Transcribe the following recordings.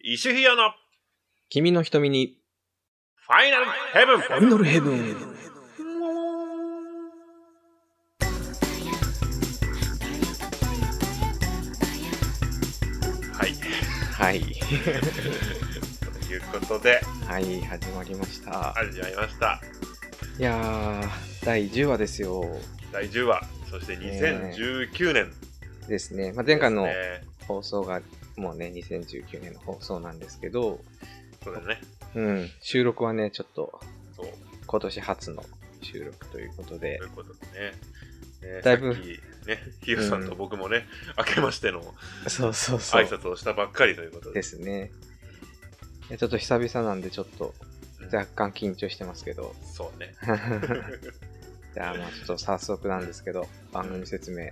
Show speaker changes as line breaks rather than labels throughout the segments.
石ひよの
君の瞳に。
ファイナルヘブン
ファイナルヘブン。
はい。
はい。
ということで、
はい、始まりました。
始まりました。
いやー、第10話ですよ。
第10話、そして2019年、
ですね。まあ、前回の
え
放送が、もうね、2019年の放送なんですけど、
ーそうだね。
うん、収録はね、ちょっと、
そう、
今年初の収録ということで
とい、うことでね。ね
だいぶ
さっきね、ひよさんと僕もね、明けましての
そうそうそ
挨
う。
拶をしたばっかりということで。
ですね。いやちょっと久々なんで、ちょっと、
うん
若干緊張してますけ ど。
そうね。
じゃあ、まあちょっと早速なんですけど、番組説明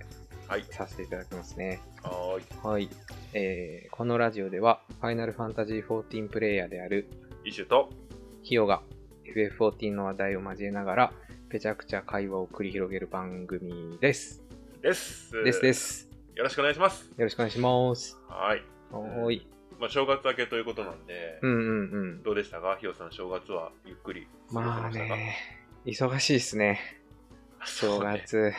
はい。
させていただきますね。
はーい。
はい。えー、このラジオでは、ファイナルファンタジー14プレイヤーである
イシュと、
ヒヨが FF14 の話題を交えながら、ぺちゃくちゃ会話を繰り広げる番組です。
です。
ですで。す。
よろしくお願いします。
よろしくお願いします。
はい。
おーい。
まあ、正月明けということなんで、
うんうんうん。
どうでしたかひよさん、正月はゆっくり過ごせ
まあ
ましたか。
ね、忙しいっすね。
そ
正
うね。
月。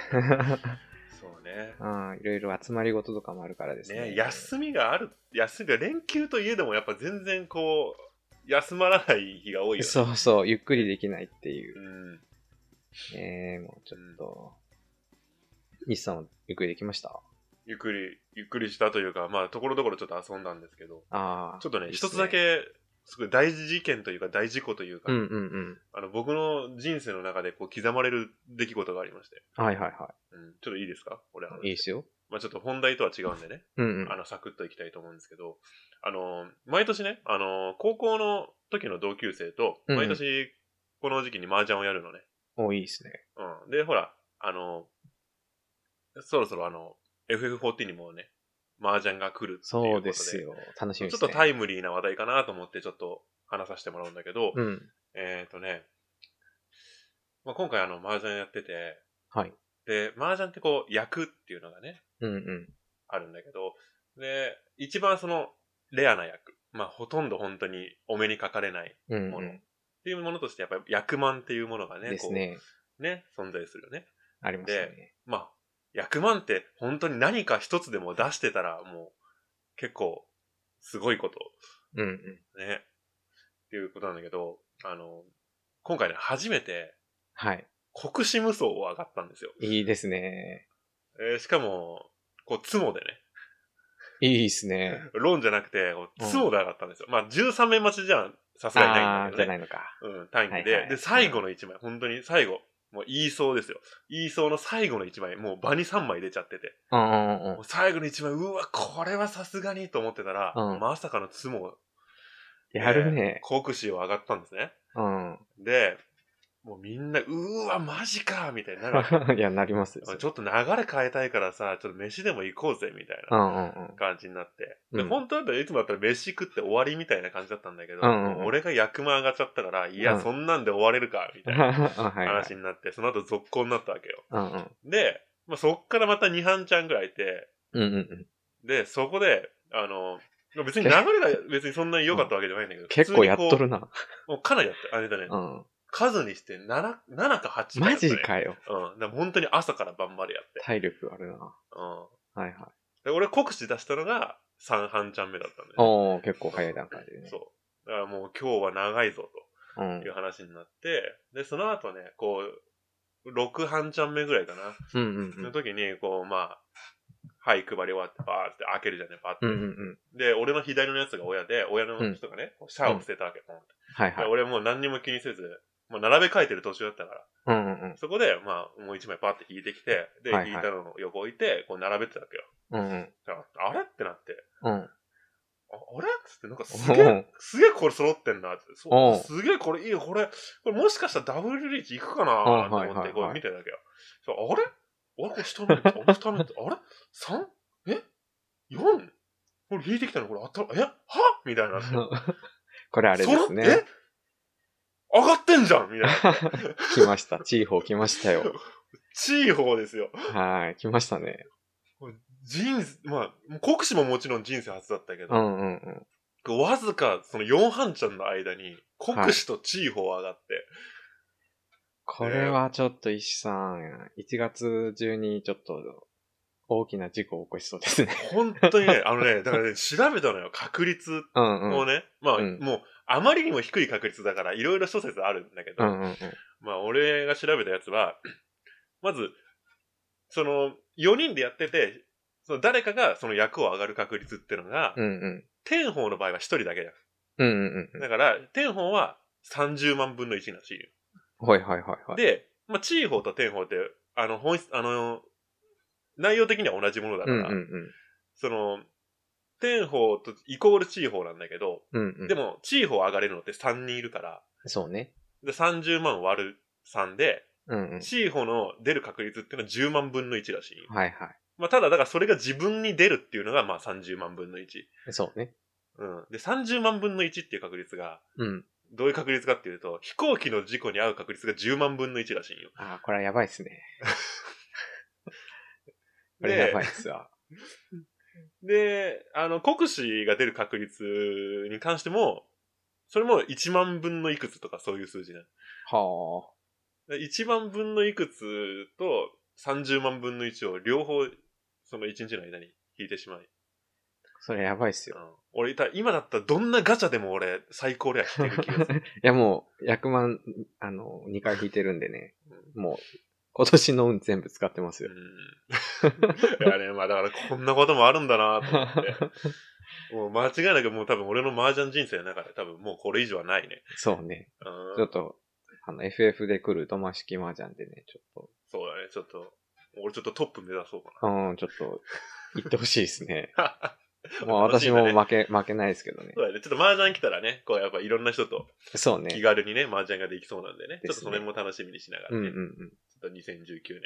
そうね。
うん、いろいろ集まり事とかもあるからですね。
ね、休みがある、休みが連休といえども、やっぱ全然こう、休まらない日が多いよね。
そうそう、ゆっくりできないっていうう。
ん。
えー、もうちょっと。西さんはゆっくりできました
ゆっくり、ゆっくりしたというか、まあ、ところどころちょっと遊んだんですけど、
ああ。
ちょっとね、
いいす
一つだ。け、すごい大事件というか、大事故というか、
うんうんうん。
あの僕の人生の中でこう刻まれる出来事がありまして、
はいはいは
うん、ちょっといいですか俺あの
い。いいですよ。
まあ、ちょっと本題とは違うんでね、
うんうん。
あの、サクッといきたいと思うんですけど、あの、毎年ね、あの、高校の時の同級生と、
うんう
毎
ん
年この時期に麻雀をやるのね。
おいいですね。
うん。で、ほら、あの、そろそろあの、FF14 にもね、麻雀が来るっていうことで。
そうですよ。楽しみ
ちょっ
です
と
ね。
タイムリーな話題かなと思ってちょっと話させてもらうんだけど、
うん。
えっ、ー、とね、まあ、今回あの、麻雀やってて、
はい。
で、麻雀ってこう、役っていうのがね、
うんうん。
あるんだけど、で、一番その、レアな役。まあ、ほとんど本当にお目にかかれない
うん
も
う
の。っ
ん。
ていうものとして、やっぱり役満っていうものがね、
ですね。
こう、ね、存在するよね。
ありますね。
まあ、役満って本当に何か一つでも出してたら、もう、結構、すごいこと、
うんうん。
ね。っていうことなんだけど、あの、今回ね、初めて、
はい。
国士無双を上がったんですよ。
いいですね。
えーしかも、こう、ツモでね。
いいですね。
ロンじゃなくて、こう
うん
ツモで上がったんですよ。まあ、13面待ちじゃさすがにな
あ
いん
あ
だ
ー、じ
け
ゃ
ど
な
ね。
いのか。
うん、単位で。
はいはい
で、最後の1枚、本当に最後。もう言いそうですよ。言いそうの最後の1枚、もう場に3枚出ちゃってて。
うんうんうん
もう最後の1枚、うわ、これはさすがにと思ってたら、
うん
まさかのツモ、
うん。やるね。
えー国士を上がったんですね。
うん。
で、もうみんな、うわ、マジかみたいになるわ け
いや、なりますよ。
ちょっと流れ変えたいからさ、ちょっと飯でも行こうぜ、みたいな
う。んうんうん。
感じになって。で、
うん
本当だったらいつもだったら飯食って終わりみたいな感じだったんだけど、
うんうんうん
俺が役満上がっちゃったから、いうや、
ん
そんなんで終われるか、みたいな
はいはい。
話になって、その後続行になったわけよ。
うんうん。
で、まあ、そっからまた2班ちゃんぐらいいて、
うんうんうん。
で、そこで、あの、別に流れが別にそんなに良かったわけじゃないんだけど、
結構やっ
普
と
通にこ
るな。
う。もうかなりやってる、あれだね。
うん。
数にして7、7か8
マジ
やったね
かよ。
うん。だから本当に朝から晩までやって。
体力あるな。
うん。
はいはい。
で俺、国士出したのが3班ちゃん目だったんだよね。
おー、結構早い段階でね。
そう。だからもう今日は長いぞ
う
と
ん
いう話になって、で、その後ね、こう、6半ちゃん目ぐらいかな。
うんうんう
の
ん。
時に、こう、まあ、はい、配り終わって、バーって開けるじゃんね、バーって。
うんうんうん。
で、俺の左のやつが親で、親の人がね、こうシャアを捨てたわけ。ポンって
はいは
で
い。
俺もう何にも気にせず、もう並べ替えてる途中だったから、
うんうん
そこで、まあ、もう一枚バーって引いてきて、で、
はいはい
引いたのを横置いて、こう並べてたわけよ。
うん。うんうん。
だからあれってなって、
うん。
ああれっつって、なんかすげえすげえこれ揃ってんなって。そ
おう
すげえこれいいよ、これ、これもしかしたらダブルリーチいくかな
あ
と
はい
思って、
はい
こ
は
う
い
見てるだけよ。そうあれ俺これ下目、あれ下目、あれ ?3? え ?4? これ引いてきたのこれあったら、えはみたいになって。
こ れあれです
その
ね。
え上がってんじゃんみたいな。
来ました。地方来ましたよ。
チーホーですよ。
はい。来ましたね。
人生、まあ、国士ももちろん人生初だったけど、
うんうんうん。
わずか、その4半ちゃんの間に、国士と地位法上がって、
これはちょっと石さん、1月中にちょっと大きな事故を起こしそうですね。
本当にね、あのね、だからね、調べたのよ、確率
うんうん。う
を
ん
ね。まあ、
うん
もう、あまりにも低い確率だから、いろいろ諸説あるんだけど、
うんうん。
まあ、俺が調べたやつは、 まず、その、4人でやってて、その誰かがその役を上がる確率っていうのが、
うんうん。
天宝の場合は1人だけだ。
うんうんうん。
だから、天宝は30万分の1らしいよ。
はいはいはいはい。
で、まあ、地位法と天法って、あの、本質、あの、内容的には同じものだか
うんうん
ら、その、天法とイコール地位法なんだけど、
うん。うんうん。
でも、地位法上がれるのって3人いるから、
そうね。
で、30万割る3で、
うんうん。
地位法の出る確率っていうのは10万分の1だし、
はいは
まあ、ただ、だからそれが自分に出るっていうのが、まあ、30万分の1。
い。そうね。
うん。で、30万分の1っていう確率が、
うん。
どういう確率かっていうと、飛行機の事故に遭う確率が10万分の1らしいよ。
ああ、これはやばいっすね。これ
で
やばいっすわ。
で、あの、国士が出る確率に関しても、それも1万分のいくつとかそういう数字な
は
の。で1万分のいくつと30万分の1を両方、その1日の間に引いてしまい。
あ。それやばいっす
う
よ。
ん、俺、た今だったらどんなガチャでも俺、最高レア引ける気 がする。
いやもう、100万、あの、2回引いてるんでね。もう、今年の運全部使ってます
う
よ。
ん。いやね、まあだからこんなこともあるんだなと思って。もう間違いなくもう多分俺の麻雀人生の中で多分もうこれ以上はないね。
そうね。
うん
ちょっと、あの、FF で来るドマ式麻雀でね、ちょっ
そうだね、ちょっと。俺ちょっとトップ目指そうか
と、うん、ちょっと、行ってほしいで すね。
な。
もう
楽しい
私
んだ
も
ね
負け、負けないですけどね
そ。うだね、ちょっと麻雀来たらね、こうやっぱいろんな人と
そうね
気。軽にね、麻雀ができそうなんでね、ち
ですね
ょっとその辺も楽しみにしなが
う
ら
んう
ね、
んう
ちょ
ん。
っと2019年、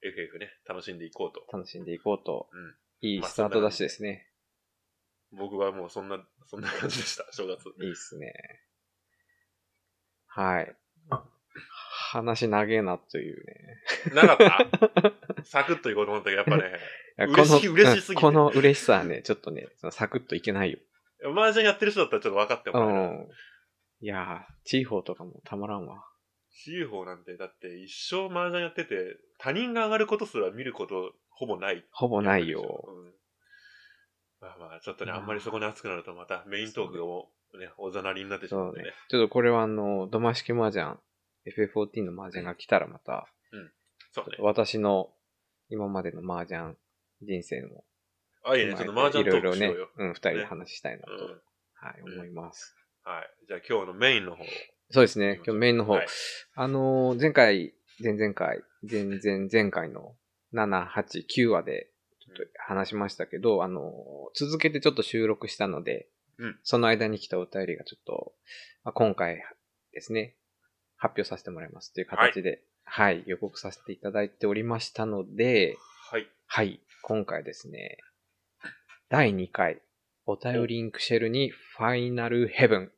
FF ね、楽しんでいこうと。
楽しんでいこうと。
うん
いいスタートダッシュですね。
僕はもうそんな、そんな感じでした、正月。
いいっすね。はい。話長えなというね。
なかった サクッといこうと思ったけど、やっぱね、
いや
嬉し
この
嬉しすぎて
この嬉しさはね、ちょっとね、そのサクッといけないよ。
麻雀やってる人だったらちょっと分かっても
う
らえない。
ん。いやー、地方とかもたまらんわ。
CFO なんて、だって一生麻雀やってて、他人が上がることすら見ることほぼない
ほぼないよ。
うん。まあまあ、ちょっとね、
まあ
あんまりそこに熱くなるとまたメイントークがもうね、おざなりになってしま
そううん
で
ね
ね。。
ちょっとこれはあの、ドマ式麻雀、FF14 の麻雀が来たらまた、
そうね。
私の今までの麻雀人生の、
あ、いいね、ちょっと麻雀ト
い
ー
ろ
ク
い
しよ
ろ
う
ね
よ。、
うん、二人で話したいなと、
うん。
はい、
うん
思います。
はい。じゃあ今日のメインの方。
そうですね、今日メインの方、
はい
あのー前回、前々回、前々前回の7、8、9話でちょっと話しましたけど、あのー続けてちょっと収録したので、
うん
その間に来たお便りがちょっと、まあ、今回ですね、発表させてもらいますという形で、はい、予告させていただいておりましたので、
はい。
はい、今回ですね、第2回、お便りインクシェルにファイナルヘブン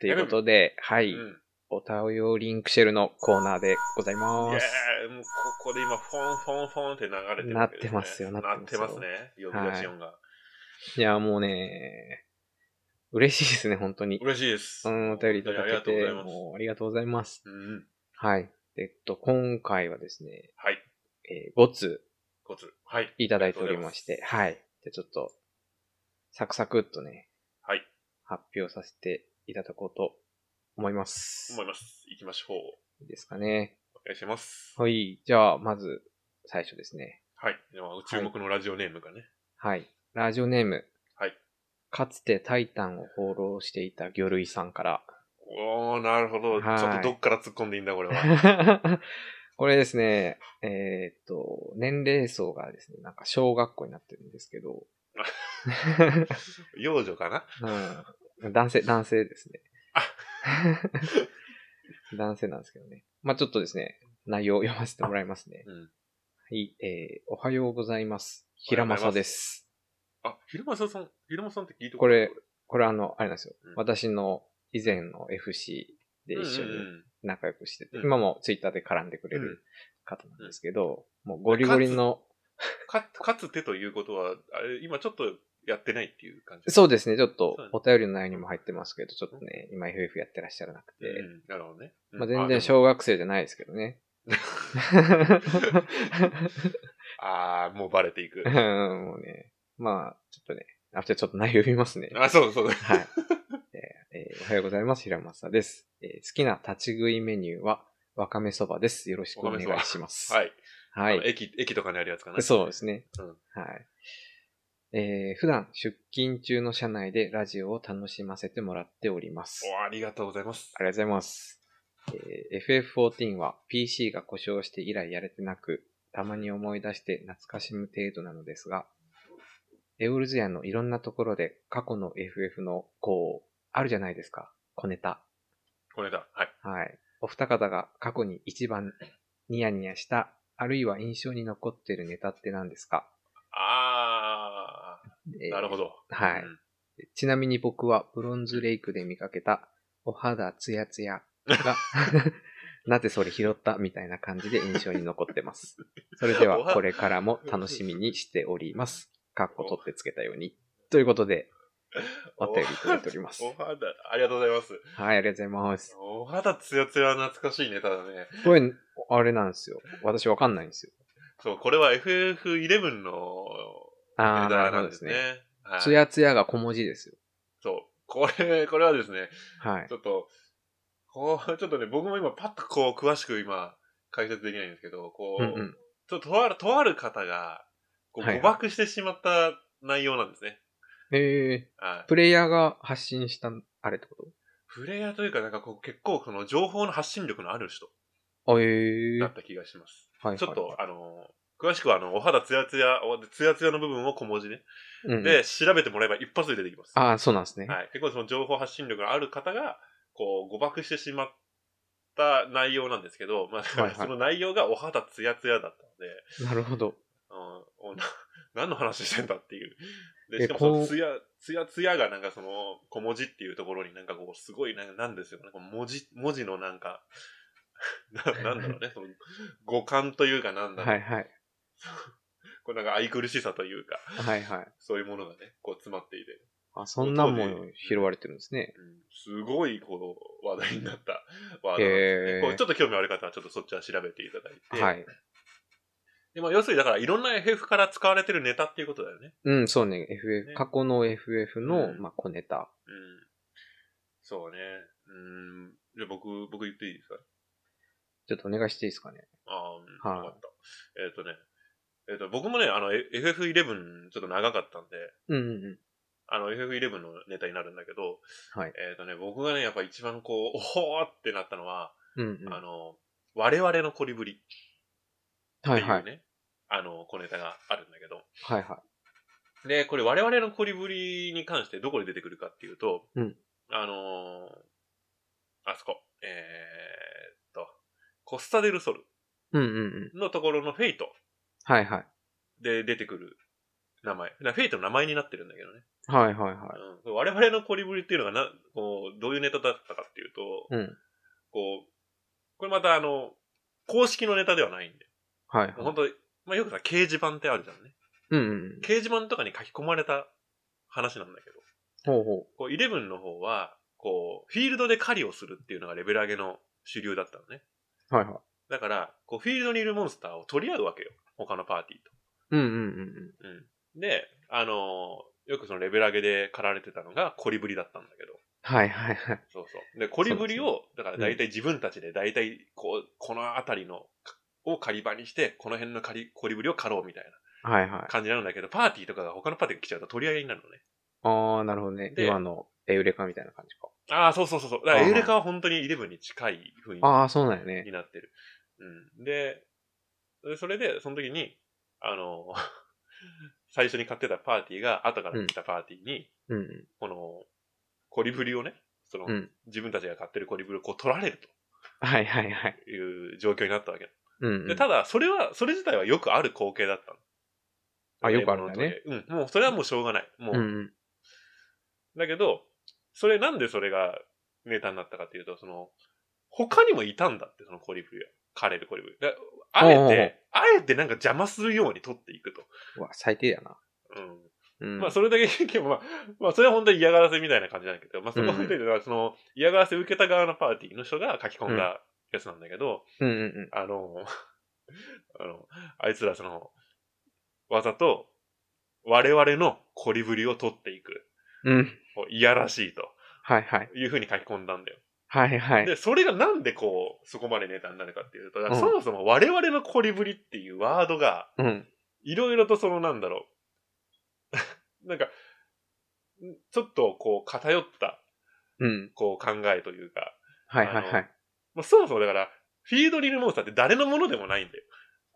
ということで、はい、
うん。
おたおよリンクシェルのコーナーでござい
い
ま
や
す。
ーもうここで今、フォンフォンフォンって流れてる、
なってますよ
な
な
っ
って
て
ま
ますす
よ
ね。呼び出し音が。
いや、もうね、嬉しいですね、本当に。
嬉しいです。
うん、お便りいただけ
本当にありが
て、
とうございます。
もうありがとうございます。
うん。
はい。えっと、今回はですね、
はい。
えー、5つ
コツ。はい。
いただいておりまして、
あ
はい。じゃあちょっと、サクサクっとね、
はい。
発表させていただこうと思います。
思います。行きましょう。
いいですかね。
お願いします。
はい。じゃあ、まず、最初ですね。
はい。では、注目のラジオネームがね。
はい。ラジオネーム。
はい。
かつてタイタンを放浪していた魚類さん から。
おー、なるほど。
はい
ちょっとどっから突っ込んでいいんだ、これは。
これですね、えーっと、年齢層がですね、なんか小学校になってるんです けど、
幼女かな
うん、男性、男性ですね
あ。
男性なんですけどね。まあちょっとですね、内容を読ませてもらいますね。
うん。
はい、えー、おはようございます。平正です。
あ、ひるまささん、ひるまさんって聞いて
これ、これあの、あれなんですよ。
うん
私の以前の FC で
うんうん
一緒に
うん
仲良くしてて、
うん
今もツイッターで絡んでくれる方なんですけど、もうゴリゴリの、
か、かつてということは、あれ、今ちょっとやってないっていう感じ。
そう
で
ですね、ちょっと
そうね
お便りの内容にも入ってますけど、ちょっとね、今 FF やってらっしゃらなくて、
うん、なるほどね。うん
まあ、全然
あ
小学生じゃないですけ どね。
あー、もうバレていく
うん。もうね、まあ、ちょっとね、あ、じゃあちょっと内容読みますね。
あ、そうそう。
はい。えーえーおはようございます。平松です、えー好きな立ち食いメニューは、わかめそばです。よろしくお願いします。
はい。
は
あの
い。
駅、駅とかにあるやつかな。
そうですね。
うん
はい。えー普段出勤中の車内でラジオを楽しませてもらっております。
おありがとうございます。
ありがとうございます。えー FF14 は PC が故障して以来やれてなく、たまに思い出して懐かしむ程度なのですが、エオルズアのいろんなところで過去の FF のこう、あるじゃないですか。小ネタ。
これだ。はい。
はい。お二方が過去に一番ニヤニヤした、あるいは印象に残っているネタって何ですか、
あ
え
ー、
ー
なるほど。
はい
うん
ちなみに僕はブロンズレイクで見かけたお肌ツヤツヤが、 なぜそれ拾ったみたいな感じで印象に残ってます。それではこれからも楽しみにしております。かっこ取ってつけたように。ということで、お便りいただいております
お。肌、ありがとうございます。
はい、ありがとうございます。
お肌ツヤツヤ懐かしいネタだね。
これ、あれなんですよ。私わかんないんですよ。
そう、これは FF11 の
あ
ネ
あ、な
タ
る
な
ほど
ん
で
ですす
ね
ね。。はい、
ツヤツヤが小文字ですよ。
そう。これ、これはですね、
はい
ち。ょっと、こう、ちょっとね、僕も今パッとこう、詳しく今、解説できないんですけど、こ
う
う、
んうん。
ちょっととある、とある方が、こう、
はいはい
誤爆してしまった内容なんですね。
え
はい
ー、。プレイヤーが発信した、あれってこ
プレイヤーというか、なんかこう、結構、この情報の発信力のある人
とあ、えー。
だ
はい
った気がします。
はい。
ちょっと、あのー詳しくは、あの、お肌ツヤツヤ、おツヤツヤの部分を小文字ね。
うんうん、
で、調べてもらえば一発で出てきます。
ああ、そうなんですね。
はい。結構その情報発信力のある方が、こう、誤爆してしまった内容なんですけど、まあ、
はいはい
その内容がお肌ツヤツヤだったので、
なるほど。
うんおな、 何の話してんだっていう。で、
え
しかもそ
こう
のツヤ、ツヤツヤがなんかその、小文字っていうところになんかこう、すごいなんなんですよ。なんか文字、文字のなんか、 ななんだろうね、その、五感というかなんだろう。
はいはい。
こうなんか愛くるしさというか、
はいはい。
そういうものがね、こう詰まっていて、
あ、そんなもの拾われてるんですね。
うんすごいこう話題になった ワードなんです
へ
ね
ー
こうちょっと興味ある方はちょっとそっちは調べていただいて、
はい。
でまあ、要するにだからいろんな FF から使われてるネタっていうことだよね。
うん、そうね。FF、
ね
過去の FF の、
うん
まあ、小ネタ。
うん、そうね。うん、じゃあ僕、僕言っていいですか
ちょっとお願いしていいですかね。
ああ、
はい
よかった。えっ、とね、えっ、と、僕もね、あの、え FF11 ちょっと長かったんで、
うんうんうん。
あの、FF11 のネタになるんだけど、
はい。
えっ、とね、僕がね、やっぱ一番こう、 おおーってなったのは、
うんうん。
あの、我々のコリブリ。っ
は
てい
い
うね、
はい。
あの、小ネタがあるんだけど。
はいは
で、これ我々のコリブリに関してどこで出てくるかっていうと、
うん
あのーあそこ、えー、っと、コスタデルソル
い。うんうんうん。
のところのフェイト
はいはい。
で出てくる名前。なフェイトの名前になってるんだけどね。
はいはいは
うん、我々のコリブリっていうのがな、こう、どういうネタだったかっていうと、
い。うん。
こう、これまたあの、公式のネタではないんで、
はいは
本
い。
当まあ、よくさ、掲示板ってあるじゃんね。
うんうんうん。
掲示板とかに書き込まれた話なんだけど、
ほうほ
こう、11の方は、こう、フィールドで狩りをするっていうのがレベル上げの主流だったのね。
う。はいはい。
だから、こう、フィールドにいるモンスターを取り合うわけよ。他のパーティー
うんうんうん
と。うん。で、あのーよくそのレベル上げで狩られてたのがコリブリだったんだけど。
はいはいはい。
そうそう。で、コリブリを、だから
ね
大体自分たちで大体、こう、この辺りの、を狩り場にして、この辺の狩り、コリブリを狩ろうみたい
はいは。
ない感じなんだけど、パーティーとかが他のパーティーが来ちゃうと取り上げになるのね。
ああ、なるほどね。
で
今のエウレカみたいな感じか。
ああ、そうそうそうそう。だか
あ
ら
ー
エウレカは本当にイレブンに近い雰囲
ああ、そうなんよ
気
ね。
になってる。うん、で、でそれで、その時に、あの、 最初に買ってたパーティーが、後から来たパーティーに、
うんうん。
この、コリブリをね、その、
うん
自分たちが買ってるコリブリをこう取られる
はいはいはい。
という状況になったわけ。
うんうん。
でただ、それは、それ自体はよくある光景だったの。
あよくあるんだね
うん、もうそれはもうしょうがない。もう、
うんうん。
だけど、それなんでそれがネタになったかっていうと、その、他にもいたんだって、そのコリブリは。枯れるコリブリ。だあえ
おうおうおう
て、あえてなんか邪魔するように取っていくと。
うわ、最低やな。
うん。
うん。
まあ、それだけ聞けば、まあ、まあ、それは本当に嫌がらせみたいな感じなんだけど、まあ、そこについては、その、嫌がらせ受けた側のパーティーの人が書き込んだやつなんだけど、
うんうんうん。
あの、 あの、あいつらその、わざと、我々のコリブリを取っていく。
うん。
こういやらしいと
はいはい。
いうふうに書き込んだんだよ。
はいはい。
で、それがなんでこう、そこまでネタになるかっていうと、だから
うん
そもそも我々のコリブリっていうワードが、
うん。
いろいろとそのなんだろう。 なんか、んちょっとこう偏った
うん。
こう考えというか、
はいはいはい。
まあ、そもそもだから、フィードリルモンスターって誰のものでもないんだよ。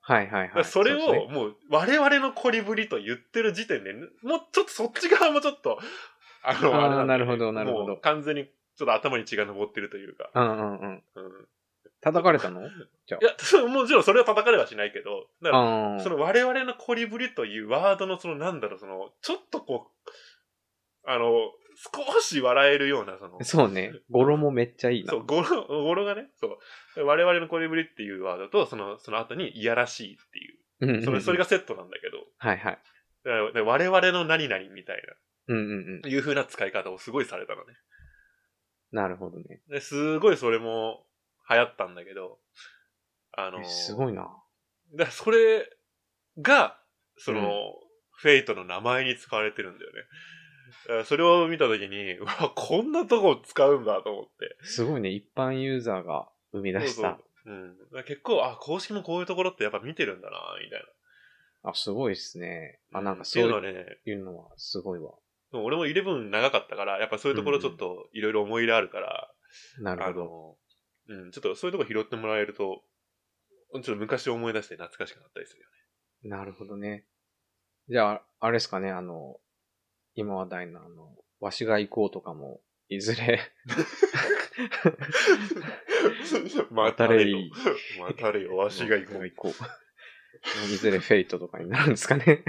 はいは
だか
いは
ら
い。
それ
うです
をもう我々のコリブリと言ってる時点で、もうちょっとそっち側もちょっと、あ
ね、
あれ
ああ、
んだ
な
よ
るほどなるほ
もう
ど。
完全にちょっと頭に血が上ってるというか。
うんうんうん。
うん
叩かれたの
いや、そうもちろんそれは叩かれはしないけど、だか
あ
ら、
あ。
その我々のコリブリというワードのそのなんだろう、その、ちょっとこう、あの、少し笑えるような、その、
そうね。語呂もめっちゃいいな。
そう、語呂、語呂がね、そう、我々のコリブリっていうワードと、その、その後にいやらしいっていう
うんうんう
う、
ん
それ、それがセットなんだけど、
はいはい。
だからで我々の何々みたい
うんうんうん。
な、いう風な使い方をすごいされたのね。
なるほどね。
ですごいそれも流行ったんだけど、あの、
えすごいな。
だからそれが、その、
うん
フェイトの名前に使われてるんだよね。だからそれを見たときに、うわ、こんなとこ使うんだと思って。
すごいね。一般ユーザーが生み出
そ
し
うそ
た
う。うん、だから結構、あ、公式のこういうところってやっぱ見てるんだな、みたい
あ、すごいですね。
な。
あ、なんか
っ
そ
ていううのは
いう
ね、
いうのはすごいわ。
でも俺も11長かったから、やっぱそういうところちょっといろいろ思い入れあるから、
なる
あ
ほど。
の、うん、ちょっとそういうとこ拾ってもらえると、ちょっと昔を思い出して懐かしくなったりするよ ね。
なるほどね。じゃあ、あれですかね、あの、今話題のあの、わしが行こうとかも、いずれ、
また
た
れ
れ
よ
よ。
またれよ。わしが行こう。
こう。いずれフェイトとかになるんです かね。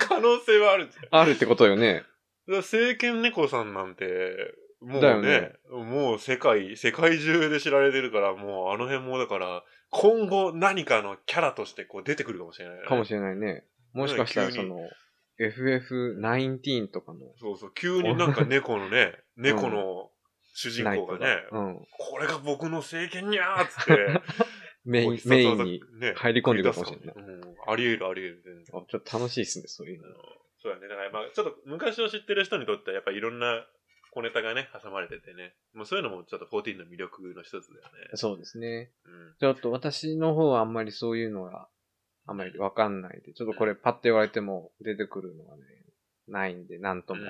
可能性はあるんじゃない
あるってことよね。
だから政権猫さんなんて、もう
だ
ね
よね
もう世界、世界中で知られてるから、もうあの辺もだから、今後何かのキャラとしてこう出てくるかもしれない、ね。
かもしれないね。もしかしたら、その、FF19 とかの、
そうそう、急になんか猫の ね、猫の主人
ナイ
公
ト
が
が
ね、、
うん、
これが僕の政権にゃーっつ って、
メイ
こう
ン、
必殺
メイ
技
ンに
ね
入り込んでくるかもしれない。
うん、あり得るあり得る、全然。
あちょっと楽しいですね、そういうの。
そうだね。だから、まあ、ちょっと昔を知ってる人にとっては、やっぱいろんな小ネタがね、挟まれててね。もうそういうのもちょっと14の魅力の一つだよね。
そうですね。
うん。
ちょっと私の方はあんまりそういうのがあんまりわかんないんで、ちょっとこれパッて言われても出てくるのがね、ないんで、なんとも、
うん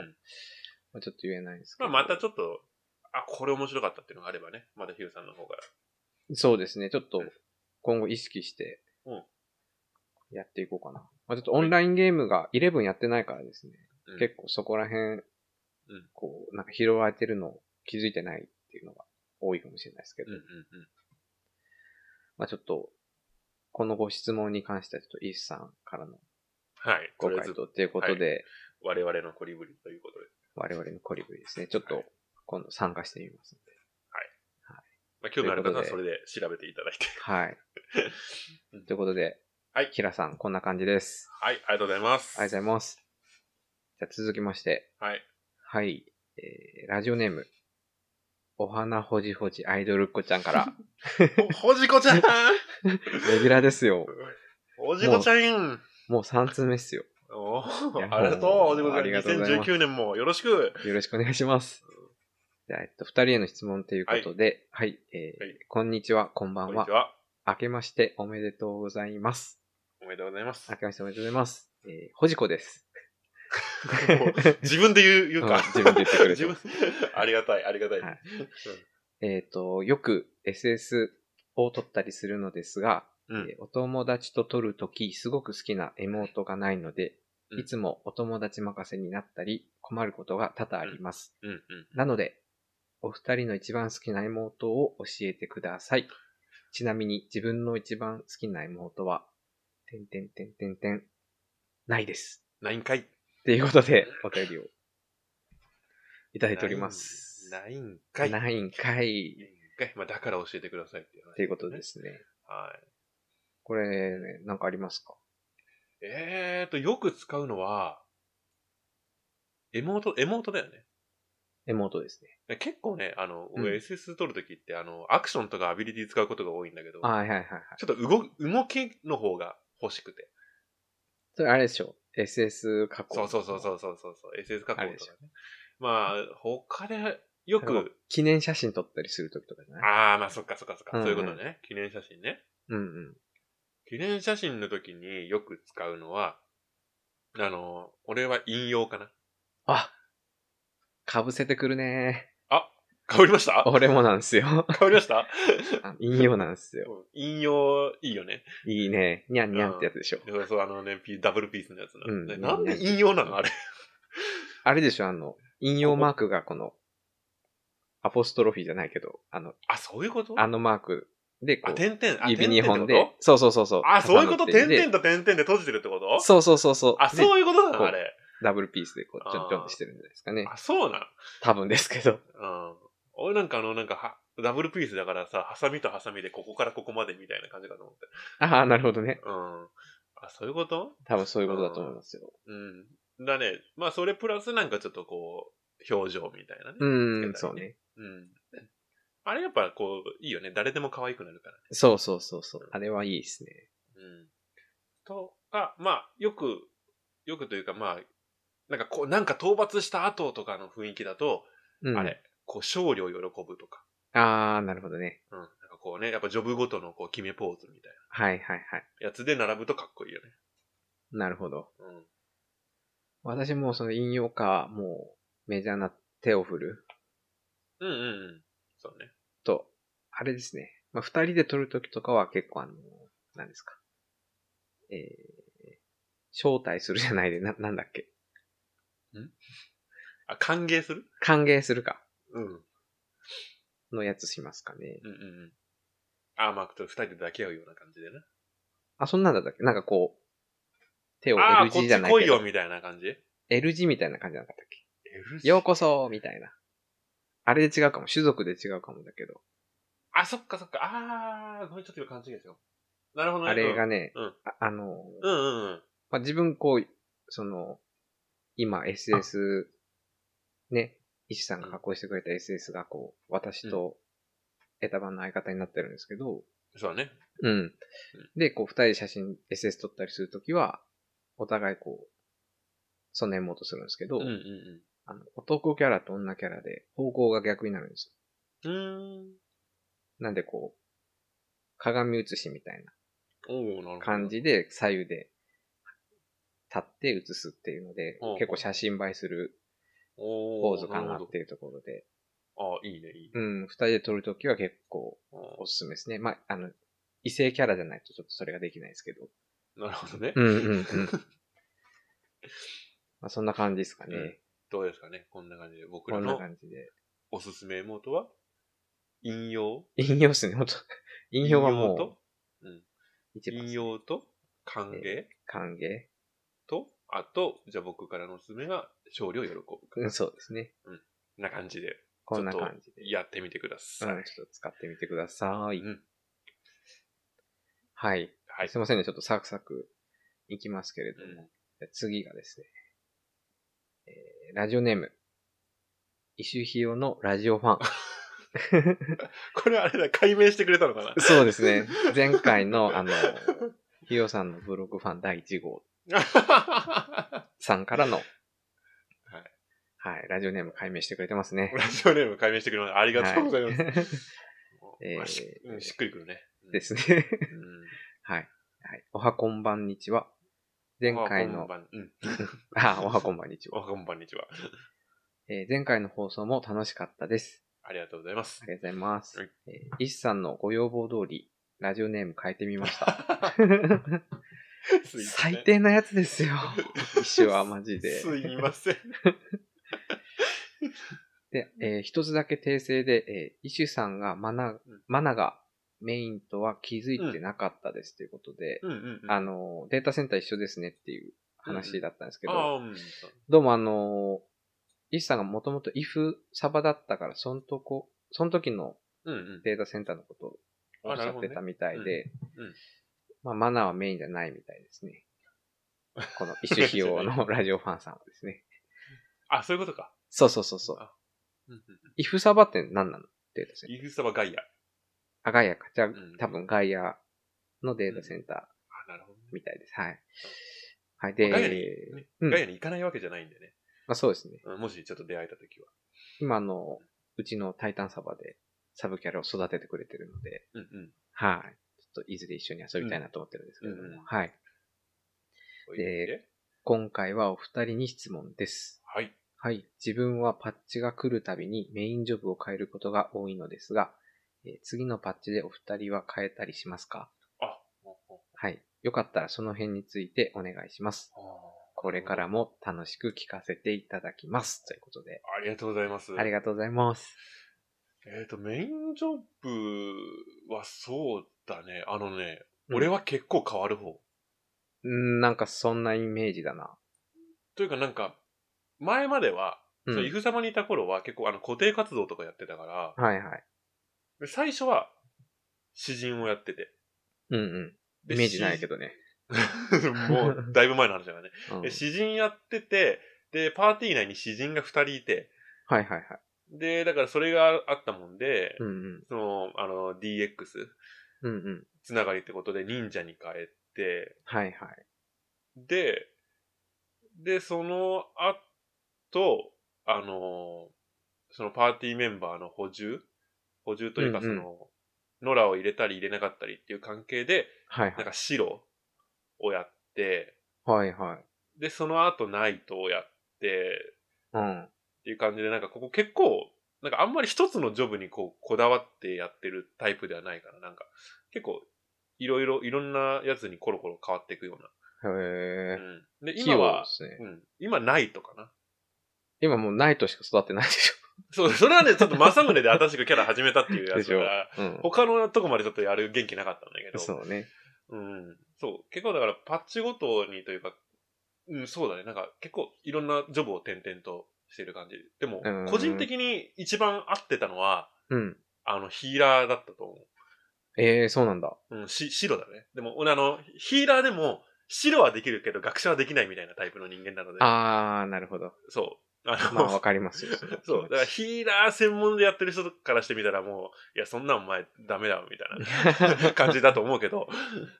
まあちょっと言えないんですけ
まあ、
ど。
またちょっと、あ、これ面白かったっていうのがあればね、まだヒューさんの方から。
そうですね、ちょっと
うん
今後意識して
うん、
やっていこうかな。まあちょっとオンラインゲームが11やってないからですね、
うん
結構そこら辺、こう、なんか拾われてるの気づいてないっていうのが多いかもしれないですけど
うん、うんうん。
まあちょっと、このご質問に関してはちょっとイースさんからの
はい。と
ご
りあえ
回
ず、
答ということで、
我々のコリブリということで。
我々のコリブリですね。ちょっ
は
と今度参加してみますので。
まあ、興味ある方は
という
そ
こ
れで調べていただいて。
はい
うん。
ということで、
はい
キラさん、こんな感じです。
はい、ありがとうございます。
ありがとうございます。じゃあ続きまして、
はい。
はい、えー、ラジオネーム、お花ほじほじアイドルっ子ちゃ んから、
ほじこちゃん
レギュラーですよ。
ほじこちゃん
もう3通目っすよ。
お
いや
ーありがとう、
も
ほ
う
じこちゃん。
ありがとうございます
2019年もよろしく。
よろしくお願いします。じゃあ、えっと、二人への質問ということで、はい、えー
はい
こんにちは、こんば
こ
ん
んに
は
ち。は。
明けましておめでとうございます。
おめでとうございます
明。けましておめでとうございます。えー、ほじこです。
もう自分で 言う言う
うん
か。
自分で言ってくれて
自分ありがたい、ありがたい。
はいえっ、と、よく SS を撮ったりするのですが、
うん
えーお友達と撮るとき、すごく好きなエモートがないので、
うん
いつもお友達任せになったり、困ることが多々あります。
うんうん。
なので、お二人の一番好きなエモートを教えてください。ちなみに、自分の一番好きなエモートは、てんてんてんてんてん、ないです。
ないんかい。
っていうことで、お便りをいただいてお ります。
ないんかい。ないん
ないんかい。
かい。まあ、だから教えてくださいっていう話、
っていうことで。すね。
は
これ、ね、なんかありますか
えーと、よく使うのは、エモート、エモートだよ
エモートですね。
ね。結構ね、あの、
うん
俺 SS 取るときって、あの、アクションとかアビリティ使うことが多いんだけど、
はいはいはいはい。
ちょっと動く、動きの方が欲しくて。
それあれでしょ ?SS 加工。
そうそうそう
う。
そうそうそうそう。SS 加工とか
あ
ね
れでしょ。
まあ、他でよ
なんか
く、
記念写真撮ったりするときとかじゃない
ああ、まあそっかそっかそっか、
うんう
そ
ん
ういうことね。記念写真ね。
うんうん。
記念写真の時によく使うのは、あの、俺は引用かな。
あかぶせてくるね
変わりました変
俺もなん すよ。
わりました
あ引用なんすよ。
引用、いいよね。
いいね。にゃんにゃんってやつでしょ。
そうそう、あのね、ピダブルピースのやつな。
うん
ねなんで引用なのあれ。
あれでしょあの、引用マークがこの、アポストロフィーじゃないけど、あの、
あ、そういうこと
あのマークで、こ
あ、
う、
点々。あ
指2
点々っ
本。で
てこ、
そうそうそうそう。
とあ、そういうこと
挟ま
点
って
々と点々で閉じてるってこと
そうそうそうそう。
あ、
で
そういうことなの
こう
あれ。
ダブルピースでこう、ちょんちょんってしてるんじゃないですかね。
あ、そうなん。
多分ですけど。
うん。俺なんかあの、なんかは、ダブルピースだからさ、ハサミとハサミでここからここまでみたいな感じかと思って。
ああ、なるほどね。
うん。あ、そういうこと
多分そういうことだと思いますよ。
うん。だね。まあ、それプラスなんかちょっとこう、表情みたいなね。
うーん、
つけた
そう
りね
ね。
うん。あれやっぱこう、いいよね。誰でも可愛くなるから
そうそうそうそう。あれはいいですね。
ね。うん。とか、まあ、よく、よくというかまあ、なんかこう、なんか討伐した後とかの雰囲気だと、
うん。
あれ、こう、勝利を喜ぶとか。
あー、なるほどね。
うん。なんかこうね、やっぱジョブごとのこう、決めポーズみたい
はいはいはい。
なやつで並ぶとかっこいいよね。
なるほど。
うん。
私もうその引用か、もうメジャーな手を振る
うんうんうん。そうね。
と、あれですね。まあ、二人で撮るときとかは結構あの、何ですか。えー、招待するじゃないで、な、なんだっけ。
あ、歓迎する
歓迎するか。
うん。うん
のやつしますかね。
うんうん。あ、まあ、ちょっと二人で抱き合うような感じでね。
あ、そんなんだったっけなんかこう、手を
ああ、
L
こっ
字じゃ
ち
ない
来
け
い
ど、
よみたいな感じ
L 字みたいな感じじゃなかったっけよう
よ
こそみたいな。あれで違うかも。種族で違うかもだけど。
あ、そっかそっか。ああ、ごめん、ちょっと今勘違いですよ。なるほどね。
あれがね、
うん
ああの、
うんうんうん。
まあ、自分こう、その、今 SS、ね、石さんが加工してくれた SS がこう、私とエタバンの相方になってるんですけど、
そうだね。
うん。で、こう、二人で写真、SS 撮ったりするときは、お互いこう、そのもうとするんですけ
う
ど、
んうん
あの男キャラと女キャラで方向が逆になるんです
うん。うーん。
よ。なんでこう、鏡写しみたい
おおなるほど。
な感。じで左右で立って写すっていうので
ほうほう、
結構写真映えする
お
ポ
お
ーズかな
なるほ
っていうところで、
ど。ああ、いいね、いいね。
うん、二人で撮るときは結構
あ
おすすめですね。まあ、あの、異性キャラじゃないとちょっとそれができないですけど。
ーなるほどね。
うんうんうん。 まあ、そんな感じですかね。
うんどうですかね。こんな感じで、僕
こ
ら
んな
の
感じで。
おすすめ妹は引用
引用ですね、本当 引用はも
と、うん。
う、一番
引用と、歓迎
歓迎。
と、あと、じゃあ僕からのおすすめが、勝利を喜ぶか。
うん、そうですね。
な感じで、
こんな感じで。
やってみてください。
うんちょっと使ってみてください。
うん
はい。
はい
すい。ませんね、ちょっとサクサクいきますけれど
うん
も。 じゃあ次がですね、えーラジオネーム、イシュヒヨのラジオフ ァン。
これあれだ、解明してくれたのかな
そうですね。前回の、あの、ヒヨさんのブログファン第1号 さんからの、はい
い。
ラジオネーム解明してくれてますね。
ラジオネーム解明してくれました。ありがとうございます。
はいえー
まあしうんしっくりくるね。うん
です。ね。
うん
はい。はい。おはこんばんにちは。前回
おはこん
の、
ばんうん。
あ、おはこんばんにち
お
は。
はこんばんにちは。
えー前回の放送も楽しかったです。
ありがとうございます
あ。りがとうございます。
は
え
い
ーイシさんのご要望通り、ラジオネーム変えてみま した。最低なやつで すよ。イシはマジで。
すいません。
で、えー一つだけ訂正で、えー、イシュさんがマナ、マナがメインとは気づいてなかったですということで、
うんうんうん。
あのー、データセンター一緒ですねっていう話だったんですけど、
あーうんそう
どうもあのー、イシュさんがもともと if サバだったから、そのとこ、その時の
うんうん。
データセンターのことをおっしゃってたみた
あ
いで、
なるほどねうんうん
まあ、マナーはメインじゃないみたいですね。この一種費用のラジオファンさんはで すね。
あ、そういうことか。
そうそうそうそう。
あうんうんうん。
イフサバって何なのデータセンター。
イグサバガイア。
あ、ガイアか。じゃあ、
ん
多分ガイアのデータセンタ
あ、なるほどね
ーみたいです。はい。はい。
ガイアに
で、
ね
うん
ガイアに行かないわけじゃないんでね。
まあそうですね。
うんもしちょっと出会えたときは。
今の、うちのタイタンサバでサブキャラを育ててくれてるので、
うんうん。
はい。ちょっといずれ一緒に遊びたいなと思ってるんですけれども、
うんうん
は
と
い。
いうことで
今回はお二人に質問です。
はい。
はい。自分はパッチが来るたびにメインジョブを変えることが多いのですが、えー次のパッチでお二人は変えたりしますか
あ、ほうほう
はい。よかったらその辺についてお願いします。これからも楽しく聞かせていただきます。ということで、
ありがとうございます。
ありがとうございます。
えっ、と、メインジョブはそうだね。あのね、
うん
俺は結構変わる方。
うんなんかそんなイメージだな。
というかなんか、前までは、
うん
そう、イフ様にいた頃は結構あの固定活動とかやってたから、
はいはい。
で最初は詩人をやって て。
うんうん。イメージないけどね。
ど。もう、だいぶ前の話だからね。
うん
で詩人やってて、で、パーティー内に詩人が2人いて、
はいはいはい。
で、だからそれがあったもんで、
うんうん。
その、あの、DX
うんうん。
つながりってことで忍者に変えて、
はいはい。
で、で、その後、あの、そのパーティーメンバーの補充補充というか
うん
そ
うん
の、ノラを入れたり入れなかったりっていう関係で、
はい
な
は
ん
い。
か白をやって、
はいはい。
で、その後ナイトをやって、
うん。
っていう感じで、なんかここ結構、なんかあんまり一つのジョブにこう、こだわってやってるタイプではないから、なんか、結構、いろいろ、いろんなやつにコロコロ変わっていくよう
へ
な。
え。
うん。で、
器
今
用
は
で、すね。
うん。今、ナイトかな。
今もうナイトしか育ってないでし
そう、それはね、ちょっと政宗で新しくキャラ始めたっていうやつだから、
ょ。うん。
他のとこまでちょっとやる元気なかったんだけど。
そうね。
うん。そう。結構だから、パッチごとにというか、うん、そうだね。なんか、結構いろんなジョブを転々としてる感じ。でも
うん、
個人的に一番合ってたのは、
うん。
あの、ヒーラーだったと思
ええー、そうなんだ。
う。うん、し、白だね。でも、俺あの、ヒーラーでも、白はできるけど、学者はできないみたいなタイプの人間なので。
あー、なるほど。
そう。あの、
まあ、わかりますよ。の気持ち
そう。だからヒーラー専門でやってる人からしてみたらもう、いや、そんなんお前ダメだ、みたいな。 感じだと思うけど、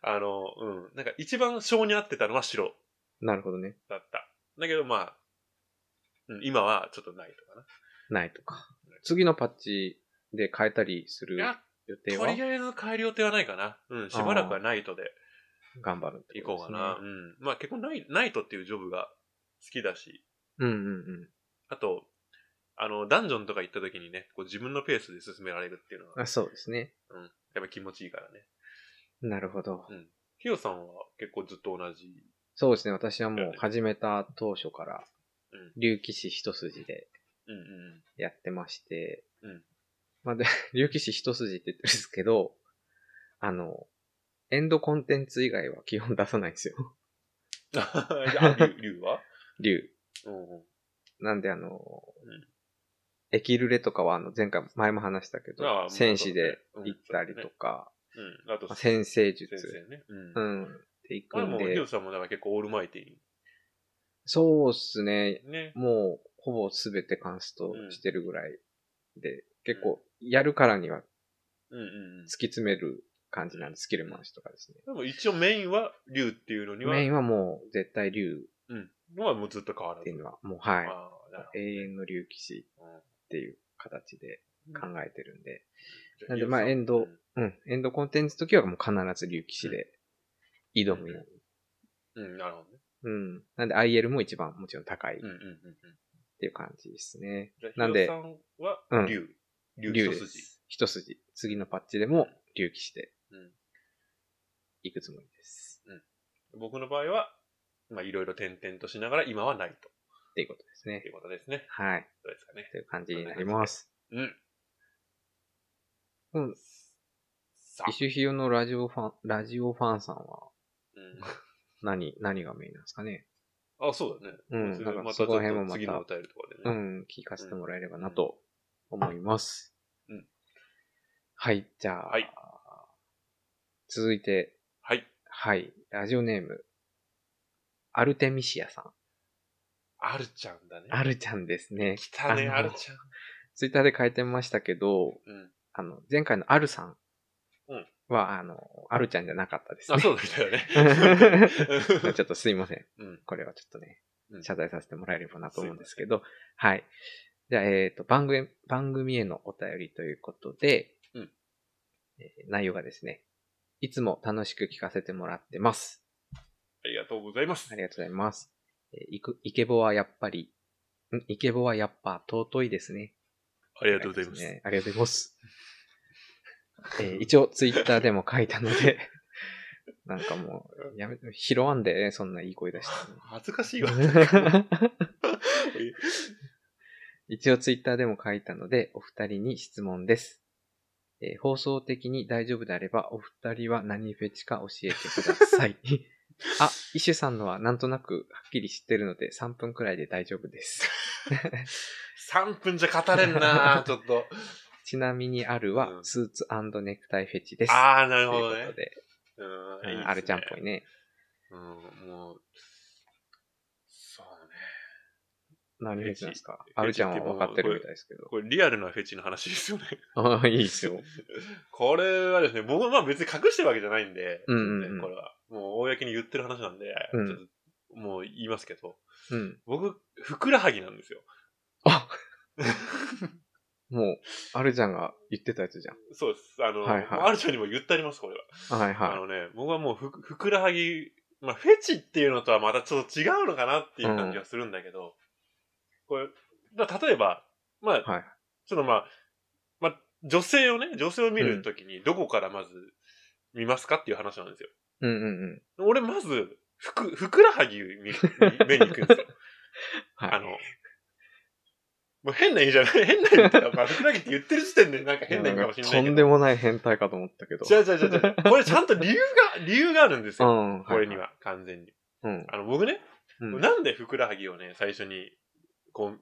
あの、うん。なんか一番性に合ってたのは白
なるほどね。
だった。だけどまあ、うん、今はちょっとないとか
ないとか。次のパッチで変えたりする
な。いや、
予定
と
は
りあえず変える予定はないかな。うん、しばらくはナイトで
頑張るって
行
こと
こ
で
うか
すね
な。うん。まあ結構ナイナイトっていうジョブが好きだし、
うんうん
あと、あの、ダンジョンとか行った時にね、こう自分のペースで進められるっていうの
うん。
は、
あそうですね。
うん、やっぱ気持ちいいからね。
なるほど。
ヒヨさんは結構ずっと同じ。
そうですね。私はもう始めた当初から
うん、
竜騎士一筋で
うんうん
やってまして、
うん
まあ、で、 竜騎士一筋って言ってるんですけど、あの、エンドコンテンツ以外は基本出さないんですよ。
うん。あ、リュウリュウは
竜。
うんうん。
なんであの、
ん
エキルレとかはあの前回、前も話したけど
ああ、
戦士で
まあそうだねうん
行ったりとか、
うん。あと、
まあ先生術、
先生ね。うん。
う
ま
ん、って行
あ
く
で
ん
も、ヒ
で
ロ、さんもだから結構オールマイティ
そうっすね。
に。ね。
もう、ほぼすべてカンストしてるぐらいで、結構、やるからには
うんうんうん。
突き詰める感じなんで、スキル回しとかですね。
でも一応メインは竜っていうのには、
メインはもう絶対竜
うん。のはもうずっと変わら
っ
ず。
ていうのは、もうは
あ
い。
あ、なる
永遠の竜騎士
ほど。
っていう形で考えてるんで、
じゃ
なんでまあ
ヒロさ
エンド
うん
うん、エンドコンテンツ時はもう必ず竜騎士で挑むよ
うん、なるほどね。
うに。うん。なんで IL も一番もちろん高いっ
うんうんうんうん。
ていう感じですね。
じゃあ
なんで
ヒロさん
う
は
ん
竜。竜
竜
一
で
筋。
す。一筋。次のパッチでも竜騎士で
うん。
行くつもりです。
僕の場合は、まあいろいろ転々としながら今はないと。
っていうことです
って
ね。
いうことですね。
はい。
どうですかね。
という感じになります。
うん。
うん。
さあ
イ。シュヒヨのラジオファン、ラジオファンさんは
うん
何、何がメインなんですかね。
あ、そうだね。
うん
それ
なんか
またち
そ
ょっ
ことら辺もまた
次のお便りとかで
う
ね。
ん、聞かせてもらえればなと思います。
うん
はい、じゃあ、
はい
続いて、
はい。
はい、ラジオネーム、アルテミシアさん。
あるちゃんだね。
アルちゃんですね。
来たね、あ
の
るちゃん。
ツイッターで書いてましたけ
う
ど、
ん。
あの、前回のアルさん
うん
は、あの、アルちゃんじゃなかったですね。。
あ、そうでしたよね
ちょっとすいません。
うん。
これはちょっとね
う、ん
謝罪させてもらえればなと思うんですけど、はい。じゃあ、えっ、と、番組、番組へのお便りということで、
うん
えー内容がですね、いつも楽しく聞かせてもらってます。
ありがとうございます
あ。りがとうございます。えーいく、イケボはやっぱり、んイケボはやっぱ尊いですね。
ありがとうございます。
ねありがとうございます。えー一応ツイッターでも書いたので、なんかもう、やめ、拾わんでね、そんないい声出して。
恥ずかしいわ。
一応ツイッターでも書いたので、お二人に質問です。えー放送的に大丈夫であれば、お二人は何フェチか教えてくだ さい。あ、イシュさんのはなんとなくはっきり知ってるので、3分くらいで大丈夫です。
3分じゃ語れん なちょっと。
ちなみにあるは
う、ん
スーツネクタイフェチです。
ああ、なる
と
ほ
いう
ど
こ
ね
と。で、
うん
う
いいですね
ん、アルちゃんっぽいね。
うん、もう、そうね。
何フェチなんですかア
フェ
ル
チ
ちゃんは分かってるみたいですけど。
これリアルなフェチの話ですよね。
あ あ、いいですよ。
これはですね、僕はまあ別に隠してるわけじゃないんで、
うんうんうん
全然これは。もう公に言ってる話なんで、
うん
ちょっともう言いますけど、
うん。
僕、ふくらはぎなんですよ。
あもう、アルちゃんが言ってたやつじゃ
そうです。あの、
はいはい
ある人にも言ってあります、これは。
ん。はい
あ
は
のね、僕はもうふくふくらはぎ、まあ、フェチっていうのとはまたちょっと違うのかなっていう感じがするんだけど、これ、だ例えば、まあ
い。、はい。
ちょっとまあ、まあ、女性をね、女性を見るときにどこからまず見ますかっていう話なんですよ。
うんうんうん。
俺まず、ふく、ふくらはぎ見る、見目に行くんですよ。
はい。
あの、もう変な意味じゃない、変な意味っていうか、まあふくらはぎって言ってる時点でなんか変な意味かもしれないけど。
とんでもない変態かと思ったけど。
違う違う違う違う。これちゃんと理由が、理由があるんです
う
よ。
ん。
これに
は
は、完全に。
い。うん。
あの、僕ね、
うん。
なんでふくらはぎをね、最初に、こう、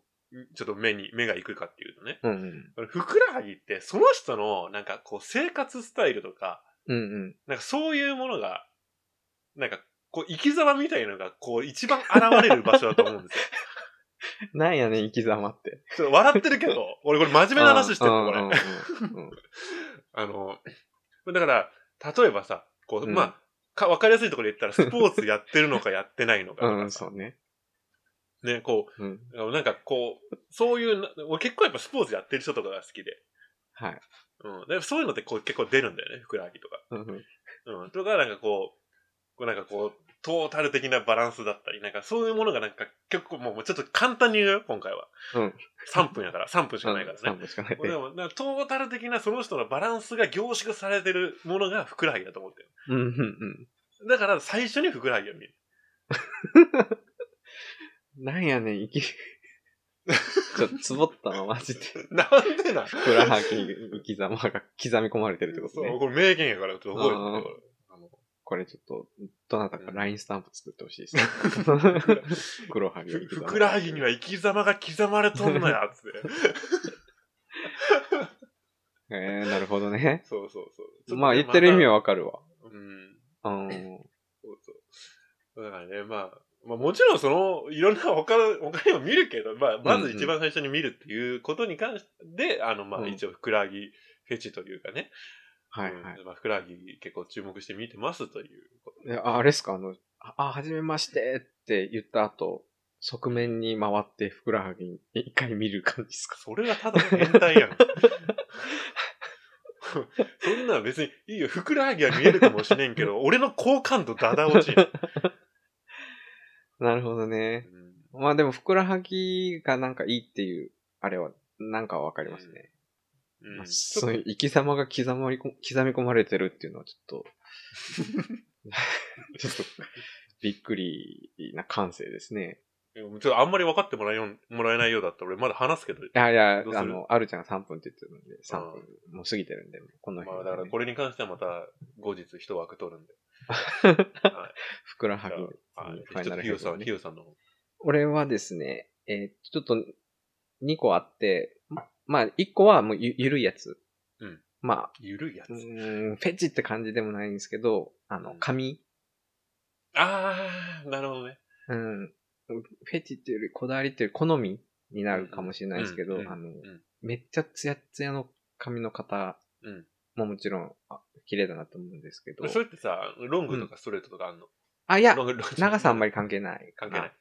ちょっと目に、目が行くかっていうとね、
うんうん。
これふくらはぎって、その人の、なんかこう、生活スタイルとか、
うんうん。
なんかそういうものが、なんか、こう、生き様みたいのが、こう、一番現れる場所だと思うん ですよ。
なんやねん、生き様って。
ちょっと笑ってるけど、俺これ真面目な話してるの、これ。
うんうんうんうん
あの、だから、例えばさ、こう、
うん
まあ、か、わかりやすいところ で言ったら、スポーツやってるのかやってないのかと
うん。う
か
ん、
さ
そうね。
ね、こ
うん。
う、なんかこう、そういうな、俺結構やっぱスポーツやってる人とかが好きで、
はい。
うん。でそういうのってこう結構出るんだよね、ふくらはぎとか。
うんうん
うん。とか、なんかこう、こうなんかこう、トータル的なバランスだったり、なんかそういうものがなんか結構もうもうちょっと簡単に言うよ、今回は。
うん。
3分やから、3分しかないからね。
3分しかない
もうでも、なんかトータル的なその人のバランスが凝縮されてるものがふくらはぎだと思ってる。
うんうん
だから最初にふくらはぎを見る。
うん。なんやねん、生き、 ちょっとつぼったの、マジで。
なんでな
ふくらはぎに生き様が刻み込まれてるってこと
そう、
ね。
これ名言やから、ちょっと覚えて
これちょっと、どなたか LINE スタンプ作ってほしい ですね。 ふくらはぎ
てこれふふくらはぎには生き様が刻まれとんのや、つって。
えー、なるほどね。
そうそうそう。
まあ言ってる意味
は。
はわかるわ。
うん。
うん。
そうそう。だからね、まあ、まあもちろんその、いろんな他 の、他にも見るけど、まあ、まず一番最初に見るっていうことに関して、あの、ま
う
あ
ん
一応ふくらはぎフェチというかね。
はいは
うんまあ、ふくらはぎ結構注目して見てますということ。
い。でああれっすかあの、あ、はじめましてって言った後、側面に回ってふくらはぎに一回見る感じですか
それはただの変態やん。 そんなん別に、いいよ、ふくらはぎは見えるかもしれんけ ど、俺の好感度ダダ落ちやん。
なるほどね。まあでもふくらはぎがなんかいいっていう、あれは、なんかはわかります
う
ね。
ん
ま
う
あ
んちょ
そういう生き様が刻まりこ、刻み込まれてるっていうのはち ょっと、ちょっと、びっくりな感性ですね。
っとあんまり分かってもらえよもらえないようだったら俺まだ話すけど、
いやいや、
どうする
あの、あるちゃんが3分って言ってるんで、3分、もう過ぎてるんで、もうこの
ま
辺
あ
で
だ
ね、
からこれに関してはまた後日一枠取るんで。は
ふくらは
じ
ぎ
ゃ
の
あはい
ファイ
ちょっと
ナ
ヒ
ルヘ
ヨ
ッ
さ
ド
ん、
ね
ヒヨさんの。
俺はですね、えーちょっと2個あって、ままあ1個はもうゆゆるいやつ。
うん
まあ、
ゆるいやつ。
うーん、フェチって感じでもないんですけど、あの
う、ん
髪、
あー、なるほどね。
うん、フェチっていうよりこだわりっていうより好みになるかもしれないですけど、
うんうん
あの、
ん
めっちゃツヤッツヤの髪の方
うん
ももちろん、あ綺麗だなと思うんですけど、
それってさ、ロングとかストレートとかあんの、
あ、いや
ロ、ングロング
長さあんまり関係ないか
関
な。
係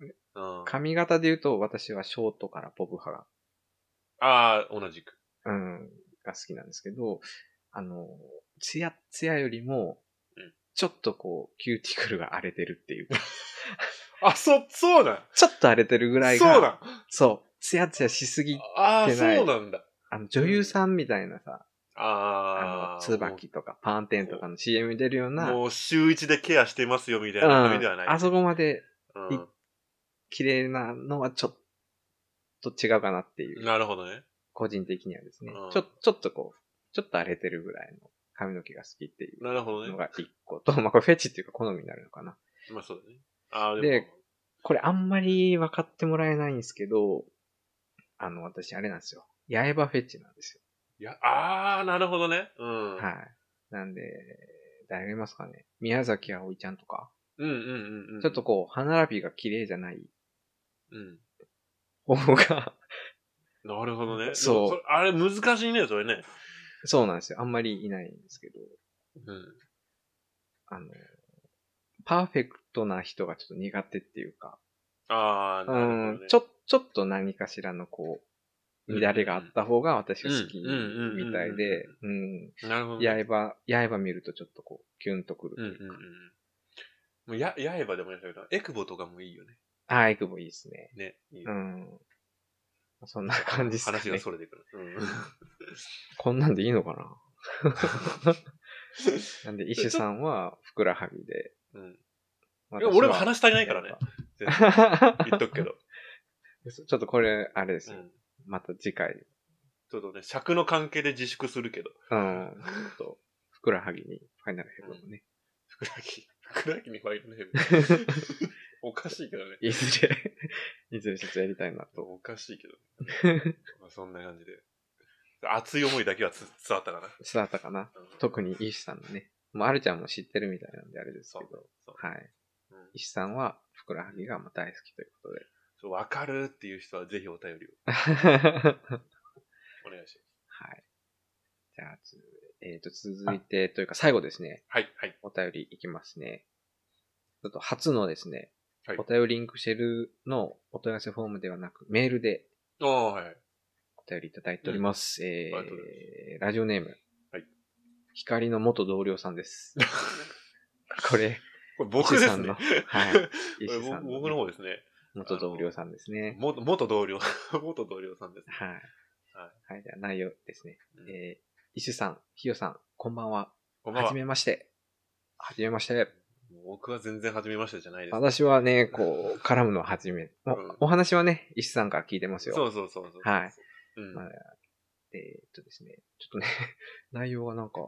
ない。うん、あ
髪型で言うと、私はショートからボブ派が、
あー、同じく。
うん、が好きなんですけど、あの、ツヤッツヤよりも
うん、
ちょっとこう、キューティクルが荒れてるっていうか、
あ、そ、そうなん
ちょっと荒れてるぐらいが、
そうなん
そう、ツヤツヤしすぎ、
ああ、
して
そ
ないう
なんだ。
あの、女優さんみたいなさ、あ
ああ。
の、椿とかパンテンとかの CM 出るような、
もう週一でケアしてますよみたいな
う
髪
ん
ではない。
あそこまで
うん
い綺麗なのはちょっと違うかなっていう、
なるほどね。
個人的にはですね
うん、
ちょ、ちょっとこう、ちょっと荒れてるぐらいの髪の毛が好きっていう
なるほどね
の。が一個と、まあこれフェチっていうか好みになるのかな。
まあそうだね。ああ、
でこれあんまり分かってもらえないんですけど、あの、私あれなんですよ。八重歯フェチなんです
いや、ああ、なるほどね。うん。
よ。はい。なんで、誰がいますかね。宮崎葵ちゃんとか、
うんうんうんうん。
ちょっと、こう、歯並びが綺麗じゃない
うん。
方が、
なるほどね。
そ
で
う
もれあれ難しいね、それね。
そうなんですよ。あんまりいないんですけど、
うん。
あの、パーフェクトな人がちょっと苦手っていうか、
ああ、
う
なるほど
ん
ね。、
ちょ、ちょっと何かしらのこう、乱れがあった方が私は好きみたいで、うん、
なるほどね。
刃、刃見るとちょっとこう、キュンとくると
うんうん
いううんか。
うん。もうや、刃でもやったけど、エクボとかもいいよね。
ああ、エクボいいですね。
ね。いいよ
うん。そんな感じですか
話が
ね。
それてくる。
こんなんでいいのかな なんで、イシュさんはふくらはぎで。
うん。うん。いや俺も話したいないからね。全然 言っとくけど。
そうちょっとこれ、あれです
う
よ。
ん。
また次回。
ちょっとね、尺の関係で自粛するけど。
うん。ちょっと、ふくらはぎに、ファイナルヘブンをね。
ふくらはぎ、ふくらはぎにファイルネーム。 おかしいけどね。
いずれ、いずれちょっとやりたいなと。
おかしいけ ど。まあそんな感じで。熱い思いだけはつ伝わったかな。
伝わったかな。
うん
特にイシュさんのね。もう、あるちゃんも知ってるみたいなんであれです
そ
け
う
ど。
そう
はい。
うん
イシュさんは、ふくらはぎがもう大好きということで。
そう。わかるっていう人はぜひお便りを
はい。
お願いします。
じゃあ、つえっ、と、続いてというか、最後ですね。
はい、はい。
お便りいきますね。ちょっと初のですね、
はい
お便りリンクシェルのお問い合わせフォームではなく、メールで
ああ、はいはい。
お便りいただいております。え
ありがとうござい
ー、ラジオネーム。
はい
光の元同僚さん です。これ、
これ僕ですね。
石井さんのは い
これ
石井さん
僕
のね
僕の方ですね。
元同僚さんですね。
元元同僚、 元同僚さんですね。
はい。はい、じゃあ内容ですね。
うん
えー、イシュさん、ヒヨさん、こんばんは。
こんばん
は
は
じ。めまして。はじめまして。
僕は全然初めましてじゃないです。
私はね、こう、絡むのは初め。お
うん
お話はね、石さんから聞いてますよ。
そうそうそうそう。
はい。
うん
まあえーっとですね、ちょっとね、 内容がなんか、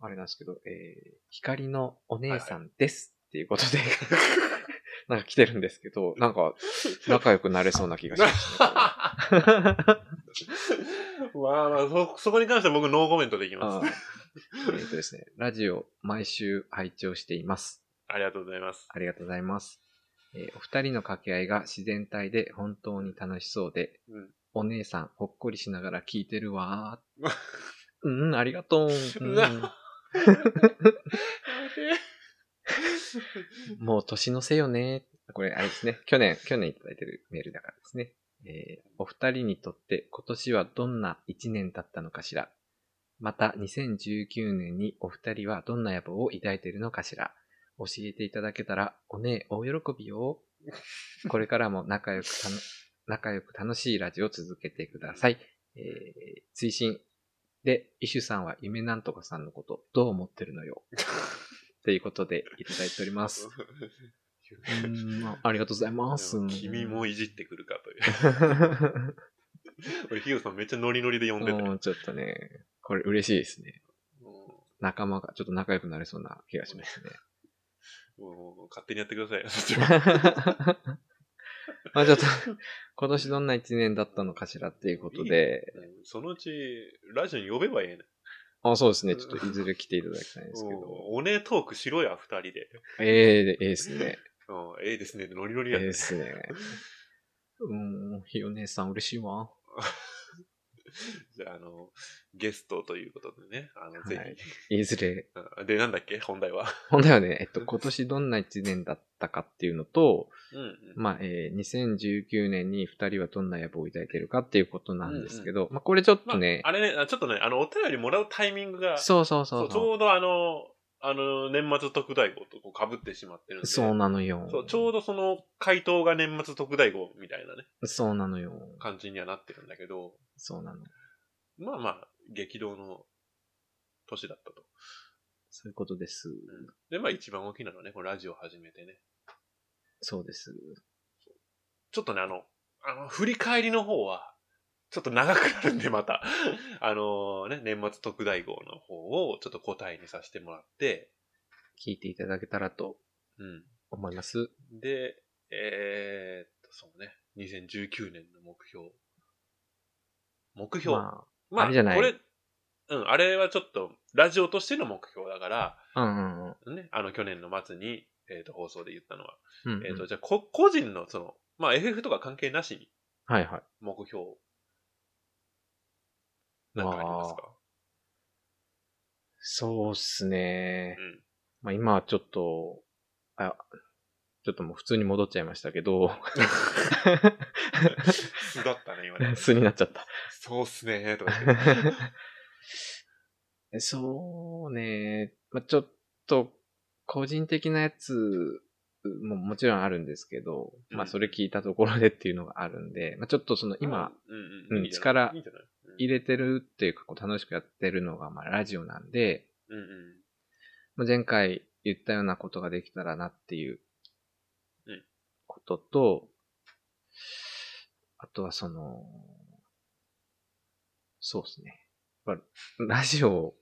あれなんですけど、えー、光のお姉さんですっていうことで、 なんか来てるんですけど、なんか、仲良くなれそうな気が しますね。
まあまあ、そ、そこに関しては僕ノーコメントでいき
あ
ま
ー
す。
えーっとですね、ラジオ毎週拝聴しています。
ありがとうございます。
ありがとうございます。えーお二人の掛け合いが自然体で本当に楽しそうで、
うん
お姉さんほっこりしながら聞いて るわー。うん、ありがとう。うん もう年のせよね。これ、あれですね。去年、去年いただいてるメールだからですね。えーお二人にとって今年はどんな一年だったのかしら。また、2019年にお二人はどんな野望を抱いているのかしら。教えていただけたら、おねえ、大喜 びよ。これからも仲良くたの、仲良く楽しいラジオを続けてください。えー、追伸で、イシュさんは夢なんとかさんのこと、どう思ってるのよ。ということで、いただいており ます。うーんありがとうございます。
君 もいじってくるかという。
う
俺、ヒヨさんめっちゃノリノリで呼んでたよ。
んちょっとね、これ嬉しいですね。
も
仲間がちょっと仲良くなれそうな気がしますね。
うもう勝手にやってくださいよ。 そっちは
まあちょっと、今年どんな一年だったのかしらっていうことで、
うんそのうち、ラジオに呼べばええねん。
あそうですね、ちょっといずれ来ていただきたいんですけど、
おねえトークしろや、二人で。
ええええですね。
うんええですね。ノリノリやね。
ですね。うん、ひよ姉さん嬉しいわ。
じゃあ、あの、ゲストということでね。あの、
は
ぜ
いいずれ、
ひうん。で、なんだっけ本題は。
本題はね、えっと、今年どんな一年だったかっていうのと、
うんうん。
まあ、えー、2019年に二人はどんな野望を抱いてるかっていうことなんですけど、まあ、これちょっ
ま
とね、
あ、あれね、あちょっとね、あの、お便りもらうタイミングが、
そうそう
そ
そううそう。
ちょうどあの、あの、年末特大号とこう被ってしまってるんで。
そうなのよ。
そうちょうどその回答が年末特大号みたいなね、
そうなのよ。
感じにはなってるんだけど、
そうなの。
まあまあ、激動の年だったと。
そういうことです。
うんで、まあ一番大きなのはね、このラジオ始めてね。
そうです。
ちょっとね、あの、あの、振り返りの方は、ちょっと長くなるんで、また。 あのね、年末特大号の方をちょっと答えにさせてもらって、
聞いていただけたらと
う
思います。
ん。で、えー、っと、そうね、2019年の目標。目標。
ま
ま
あれじゃない
これ、うん、あれはちょっと、ラジオとしての目標だから、
あ、うんうんうん
ね、あの、去年の末に、えーっと、放送で言ったのは。
うんうん。
えーっと、じゃあ、こ個人の、その、まあ、FF とか関係なしに、
はいはい。
目標。なんかありますか
そうっすね
う。ん。
まあ今はちょっと、あ、ちょっともう普通に戻っちゃいましたけど、
素だったね、今ね。
素になっちゃった。
そうっすね、とか言って。
そうね。まあちょっと、個人的なやつももちろんあるんですけど、
う
まあ
ん
それ聞いたところでっていうのがあるんで、まあちょっとその 今、
うん、
うん
いいんじゃない
力
いいんじゃない
入れてるっていうか、こう楽しくやってるのが、まあラジオなんで、
うんうん。
まあ前回言ったようなことができたらなっていう
うん
ことと、あとはその、そうですね。やっぱラジオを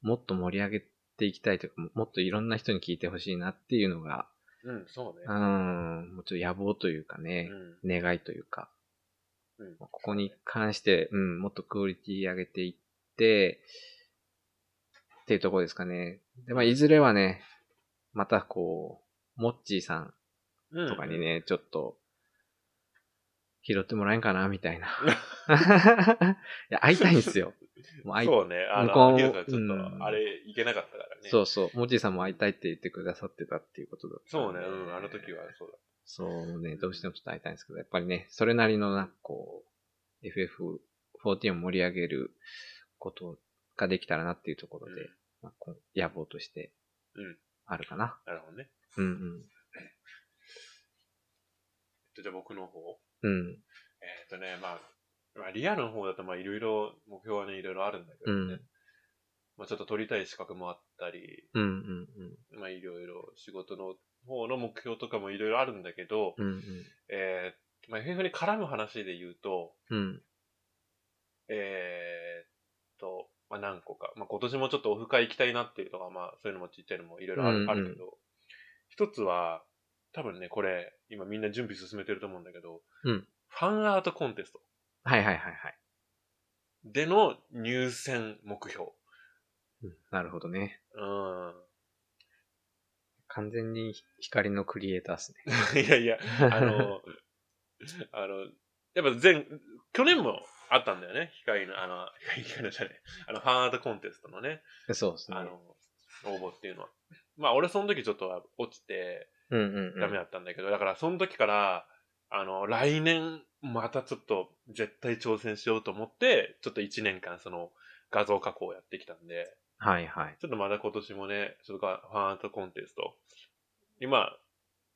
もっと盛り上げていきたいというか、ももっといろんな人に聞いてほしいなっていうのが、
うん、そうね
う。ん、もうちょっと野望というか
う
ね、
ん。
願いというか、
うん
ここに関して、うん、もっとクオリティ上げていって、っていうところですかね。で、まあ、いずれはね、またこう、モッチーさん
うん
とかに。ね、ちょっと、拾ってもらえんかな、みた いな。 いや、会いたいんですよ。もう会い
そうね、あ
向こう
の、
も
ヒロさんちょっ
うん
と、あれ、いけなかったからね。。
そううそう、モッチーさんも会いたいって言ってくださってたっていうことだった
そうん
で
ね、うん、あの時はそうだ。
そうね、どうしてもちょっと会いたいんですけど、やっぱりね、それなりのなんかこう、FF14 を盛り上げることができたらなっていうところで、
うん
まあこう野望として
うん、
あるかな。
なるほどね。
うん
じゃあ僕の方。
うん。うん。
えーっとね、まあ、まあ、リアルの方だと、まあ、いろいろ、目標はね、いろいろあるんだけど
う
ね
ん。
まあ、ちょっと取りたい資格もあったり、
うんうん
まあ、いろいろ仕事の方の目標とかもいろいろあるんだけど、
うん。うん
えーまあ、FF に絡む話で言うと、
うん。うん。
えーっと、まあ、何個か。まあ、今年もちょっとオフ会行きたいなっていうのが、まあ、そういうのもちっちゃいのもいろいろある,、
うんうん
あるけど、一つは、多分ね、これ、今みんな準備進めてると思うんだけど、
うん
ファンアートコンテスト
はいはいはいはい。
での入選目標。
うんなるほどね。
うん。
完全に光のクリエイターですね。
いやいや、あの、あの、やっぱ前、去年もあったんだよね。光の、あの、光のじゃねえあの、ファンアートコンテストのね、
そうですね
あ。の、応募っていうのは。まあ、俺その時ちょっとは落ちて、
うんうんうん。
ダメだったんだけど、だからその時から、あの、来年、またちょっと、絶対挑戦しようと思って、ちょっと1年間、その、画像加工をやってきたんで、
はいはい。
ちょっとまだ今年もね、それからファンアートコンテスト。今、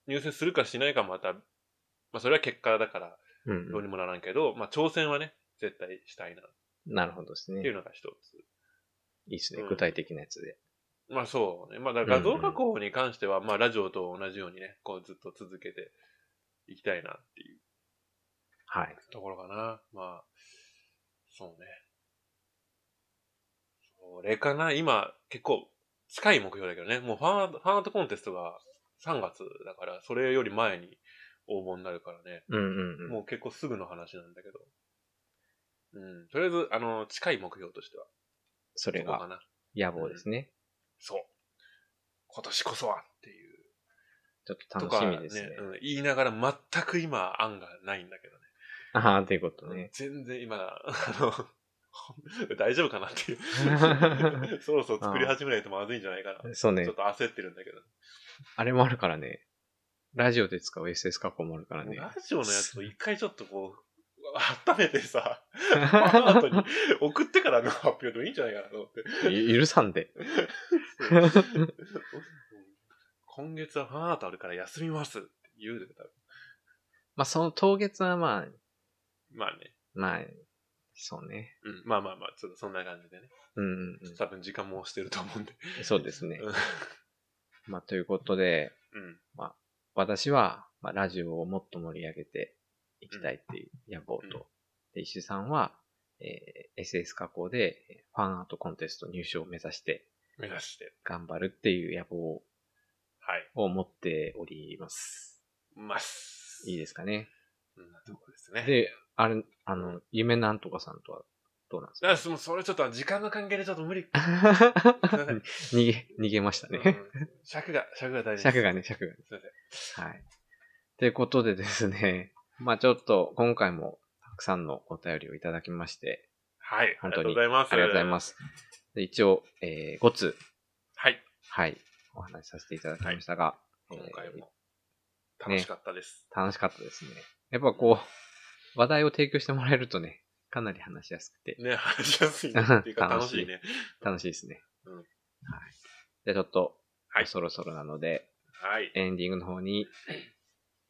入選するかしないかまた、まあそれは結果だから、
うん
どう
う
にもならんけど、まあ挑戦はね、絶対したいなっ
ん。なるほどです
てい
ね
う。のが一つ。
いいですね
う。ん
具体的なやつで。
まあそうね。まあだから画像加工に関しては、まあラジオと同じようにね、こうずっと続けていきたいなっていう
はい。
ところかな。まあ、そうね。それかな。今、結構近い目標だけどね。もうファンアートファンアートコンテストが3月だから、それより前に応募になるからね。
うんうんうん。
もう結構すぐの話なんだけど。うん。とりあえず、あの、近い目標としては。
それ
そこ
が
かな。
野望ですね。
そう。今年こそはっていう。
ちょっと楽しみですね。
とかうん言いながら全く今案がないんだけどね。
ああ、ということね。
全然今、あの、 大丈夫かなって いう。そろそろ作り始めないとまずいんじゃないかな。
そうね
ちょっ。と焦ってるんだけど。
あれもあるからね。ラジオで使う SS 加工もあるからね。
ラジオのやつを一回ちょっとこう、温めて さ、あ後に送ってからの発表でもいいんじゃないかなと思って。
ゆ許さんで。
今月はファンアートあるから休みますって言うで、多分
まあ、その当月はまあ、
まあね。
まあ、そうね。
うん、まあまあまあ、ちょっとそんな感じでね。
うんうん
多分時間も押してると思うんで。
うん。そうです ね。
うん
まあ、ということで、
うん。
私は、まあ、ラジオをもっと盛り上げていきたいっていう野望
うん
と、で、石井さんは、えー SS 加工でえーファンアートコンテスト入賞を目指して
目指して。
頑張るっていう野望
はい。
を持っております。
ます。
いいですかね。
そんなとこですね。
で、あれ、あの、夢なんとかさんとはどうなんです
だからそのそれちょっと時間の関係でちょっと無理。
か
すいません
逃げ、逃げました
う
ね。
ん尺が、尺が大事です。
尺がね、尺がね。
すいません。
はい。ということでですね、まあちょっと今回もたくさんのお便りをいただきまして、
はい。あ
本
りが
当
とう
に
ございます。。
ありがとうございますす。で一応、えー、5つ、
はい。
はい、お話しさせていただきましたが、
今回も
えー
楽しかったです。
えー楽しかったですね。やっぱこう、話題を提供してもらえるとね、かなり話しやすくて、
ね、話しやすいね。っていうか楽
楽し
し
い
いね。
楽しいですね。
うん
はい。じゃあちょっと、
はい
そろそろなので、
はい。
エンディングの方に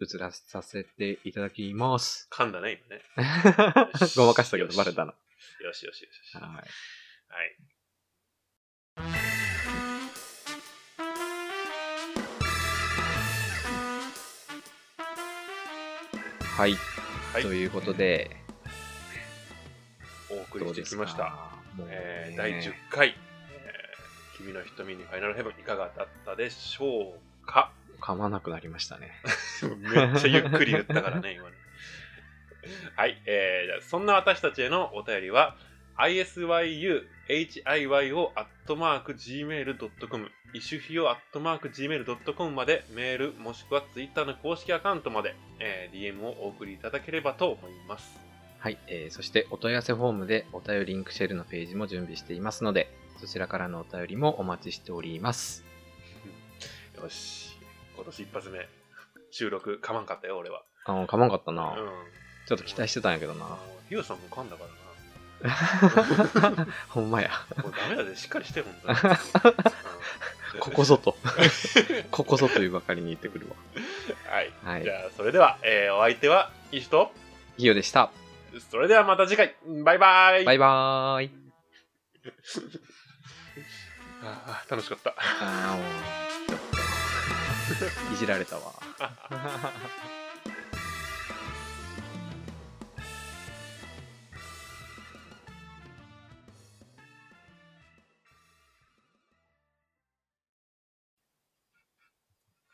移らさせていただきます。
噛んだね、今ね。し
ごまかしたけ
よ
ど、
し
バレたな。
よしよしよし。はい。
はい。はい。
はい
ということで、
お送
ど
り
う
して
で
き
す
ました。
か。もうね
えー第10回、えー君の瞳にファイナルヘブンいかがだったでしょうか
噛まなくなりましたね。
めっちゃゆっくり言ったから ね、今ね。はい、えーじゃあそんな私たちへのお便りは、isyuhiyyo アットマーク gmail.com、イシュヒヨアットマーク gmail.com までメールもしくはツイッターの公式アカウントまで、えー DM をお送りいただければと思います。
はい、えーそしてお問い合わせフォームでお便りリンクシェルのページも準備していますので、そちらからのお便りもお待ちしております。
よし、今年一発目、収録かまんかったよ、俺は。
あの、噛まんかった
う
な。
ん
ちょっと期待してたんやけどな。
ヒヨさんも噛んだから
ほんまや。
な。もうダメだぜ、しっかりして、本当に。うん
ここ。ぞと。ここぞというばかりに言ってくるわ。
はい。
はい
じ。ゃあ、それでは、えーお相手は、イシと、
ギヨでした。
それではまた次回、バイバイ
バイバーイ。
あー楽しかった。
あーもうちょっと いじられたわ。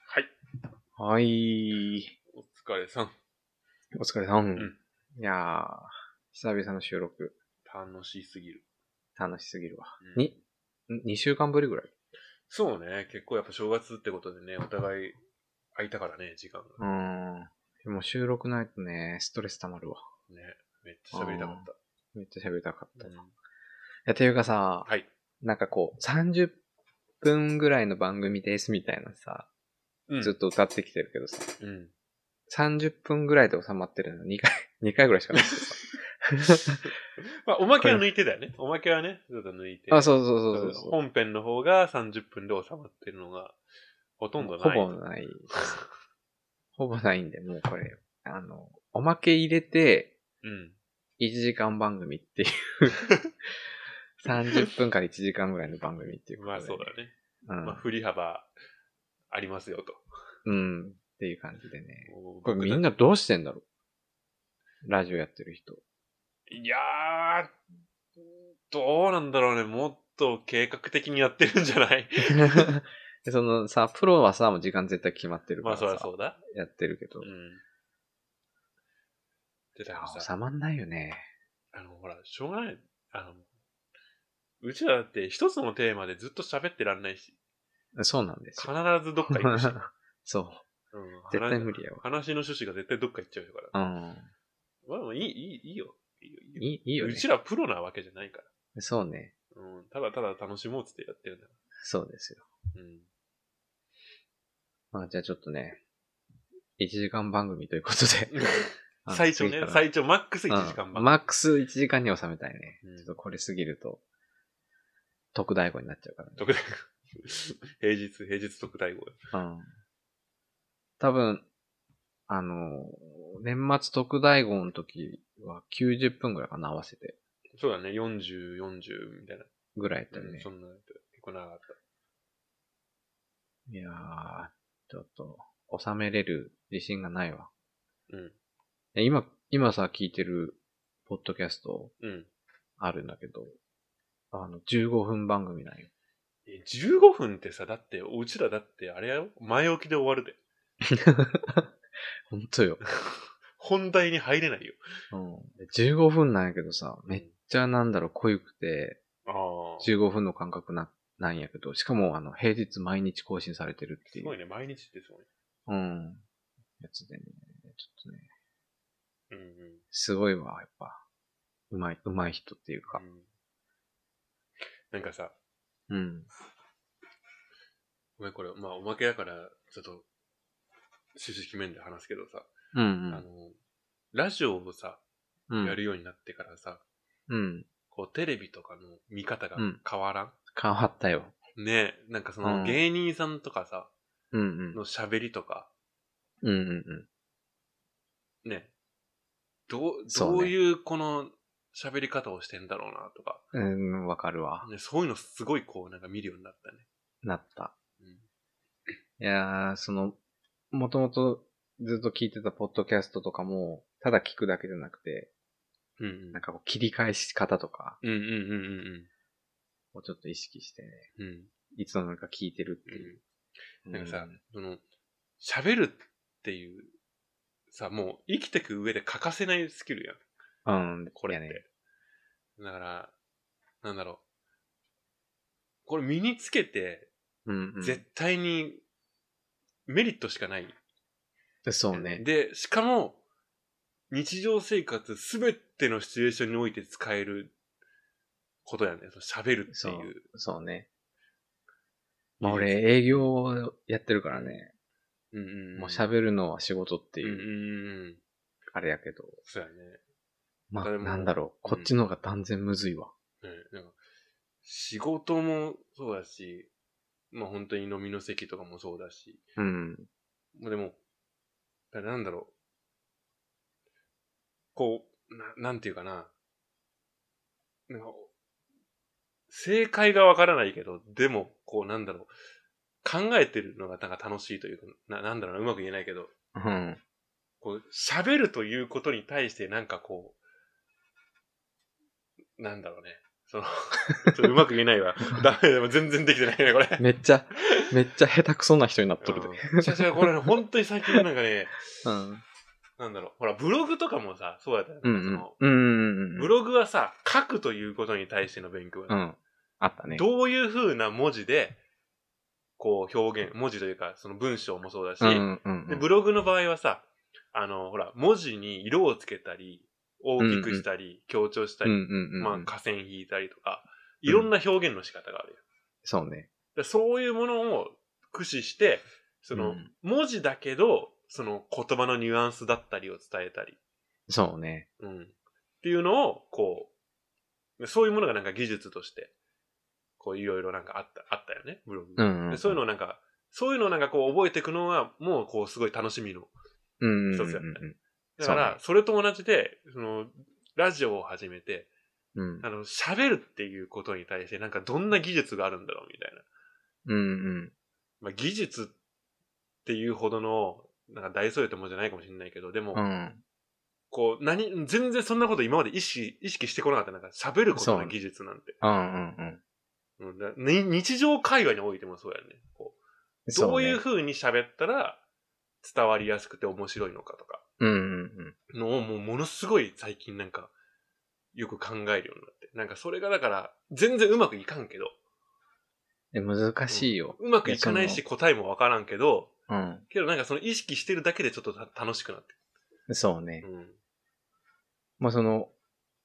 はい。
はい。
お疲れさん。
お疲れさん。
ん
いやー、久々の収録、
楽しすぎる。
楽しすぎるわ。
うん
に、2週間ぶりぐらい。
そうね、結構やっぱ正月ってことでね、お互い空いたからね、時間が。
うーん。でも収録ないとね、ストレス溜まるわ。
ね、めっちゃ喋りたかっ
めっちゃ喋りたかった。
た。
い
うん
や、ていうかさ、
はい。
なんかこう、30分ぐらいの番組ですみたいなさ、
うん
ずっと歌ってきてるけどさ、
うん。
30分ぐらいで収まってるの2回、二 回ぐらいしかない。
まあ、おまけは抜いてだよね。おまけはね、ちょっと抜いて。
あ、そうそうそうそうそう。
本編の方が30分で収まってるのがほとんど
ほ
ない。
ぼない。ほぼないんで、もうこれ、あの、おまけ入れて、
うん。
1時間番組っていう 30分から1時間ぐらいの番組っていうこと
まあそうだ
ね。
ね。
うん、
まあ振り幅ありますよと。
うん。っていう感じでね。これ
僕たち
みんなどうしてんだろうラジオやって る人。
いやー、どうなんだろうね。もっと計画的にやってるんじゃ ない
でそのさ、プロはさ、もう時間絶対決まってるか
まあ
らさ、
そりゃそうだ。
やってるけど
う。ん。で、だか
あ
ら
収
さ、
まんないよね。
あの、ほら、しょうがない。あの、うちらだって一つのテーマでずっと喋ってらんないし、
そうなんです
必
よ。
ずどっか行くし。
そう。
うん
絶対無理やわ
話の趣旨が絶対どっか行っちゃうから。
うん。
まあまあ、いい、いい、いいよ。いいよ。いいよ
いいいいよね
う。ちらプロなわけじゃないから。
そうね。
うん、ただただ楽しもうっつってやってるんだか
そうですよ。
ら。うん。
まあじゃあちょっとね、1時間番組ということで。 あの
最長
次
ね
か、ら
最長マックス1時間
う
半。
んマックス1時間に収めたいね。
うん
ちょっとこれ過ぎると、特大号になっちゃうからね。
特大号 平日、平日特大号。
うん。多分、あの、年末特大号の時は90分ぐらいかな、合わせて。
そうだね、40、40みたいな。
ぐらいやった
う
よね
ん、。そんな、結構長かっ
いやー、ちょっと、収めれる自信がないわ。
た。うん。
え今、今さ、聞いてる、ポッドキャスト、
うん。
あるんだけど、あの、15分番組なんよ。
え15分ってさ、だって、うちらだって、あれやろ前置きで終わるで。
ほん とよ。
本題に入れないよ。
うん。15分なんやけどさ、めっちゃなんだろう、濃ゆくて、
ああ。す
15分の間隔な、なんやけど、しかも、あの、平日毎日更新されてるっていう。
ごいね、毎日ってすごいね。
うん。やつでね、ちょっとね、
うんうん。
すごいわ、やっぱ。うまい、うまい人っていうか
う。んなんかさ、
うん。
ごめん、これ、まあ、おまけだから、ちょっと、趣旨決めんで話すけどさ、
う
あ
ん
の、ラジオをさ、
うん。うん
やる。ようになってからさ、
うん。
こう、テレビとかの見方が
うん
変わらん、
変わったよ。
ねなんかその、
うん
芸人さんとかさ、
うんうん。
の喋りとか、
うんうんうん。
ね、どう、
そうね
どういうこの喋り方をしてんだろうなとか、
うん、わかるわ。
ね、そういうのすごいこう、なんか見るようになったね。
なった。
うん
いやー、その、もともとずっと聞いてたポッドキャストとかも、ただ聞くだけじゃなくて、
うん
なんかこう切り返し方とか
うん。うんうんうんうん
をちょっと意識してね、
うん。うん。
いつの間にか聞いてるって
う
い
ん
う。
なんかさ、その、喋るっていう、さ、もう生きてく上で欠かせないスキルやん。
うん、うん、
これっ
いやね。
て。だから、なんだろう。これ身につけて、
うん、うん。
絶対にメリットしかない。
そうね。
で、しかも、日常生活すべてのシチュエーションにおいて使えることやね。その喋るっていう。
そうね。まあ俺営業をやってるからね、
うんうんん、
もう喋るのは仕事って
うんう
いう、
んうん。
あれやけど、
そうやね。
まあ
それも
なんだろう、こっちの方が断然むずいわ。
ね、なんか仕事もそうだし、まあ本当に飲みの席とかもそうだし、
うん。
まあでも、だからなんだろう。こう、ななんていうかな。なんか正解がわからないけど、でも、こうなんだろう。考えてるのがなんか楽しいというか、ななんだろうな、うまく言えないけど、
うん。
こう、喋るということに対してなんかこう、なんだろうね。その、 ちょっとうまく言えないわ。ダメだよ、全然できてないね、これ。
めっちゃ、めっちゃ下手くそな人になっとるで。
うんしかしこれね、本当に最近なんかね、
うん。
なんだろう、ほら、ブログとかもさ、そうだったよね。
う
そ
ん
の
うん。うん。
ブログはさ、書くということに対しての勉強だ、
うん。あったね。
どういう風な文字で、こう表現、文字というか、その文章もそうだし、
うんうんう
で
ん。
ブログの場合はさ、あの、ほら、文字に色をつけたり、大きくしたり、強調した
うん
り、
うんうん。
まあ、下線引いたりとか、いろんな表現の仕方があるよ。
そうね。
でそういうものを駆使して、その、
うん
文字だけど、その言葉のニュアンスだったりを伝えたり、
そうね。
うん。っていうのを、こう、そういうものがなんか技術として、こういろいろなんかあった、あったよね、ブログ。
うんうん。
でそういうのをなんか、そういうのをなんかこう覚えていくのは、もうこうすごい楽しみの。
うんうんうん
一つやだか
そう
ら
ね、
それと同じで、その、ラジオを始めて、
うん。
あの、喋るっていうことに対して、なんかどんな技術があるんだろうみたいな。
うんうん。
まあ、技術っていうほどの、なんか大それたもんじゃないかもしれないけど、でも、
うん。
こう、何、全然そんなこと今まで意識、意識してこなかった。なんか喋ること
そ
の
う
技術なんて。
うんうんうん。
うんだに日常会話においてもそうやね。こうど
そうね
いう風に喋ったら伝わりやすくて面白いのかとか、
うんうん
のをもうものすごい最近なんか、よく考えるようになって。なんかそれがだから、全然うまくいかんけど、
うん。え難しいよ。
うまくいかない
い
し
や
答えもわからんけど、
うん。
けどなんかその意識してるだけでちょっとた楽しくなって
そうね
く。る。うん。
まあその、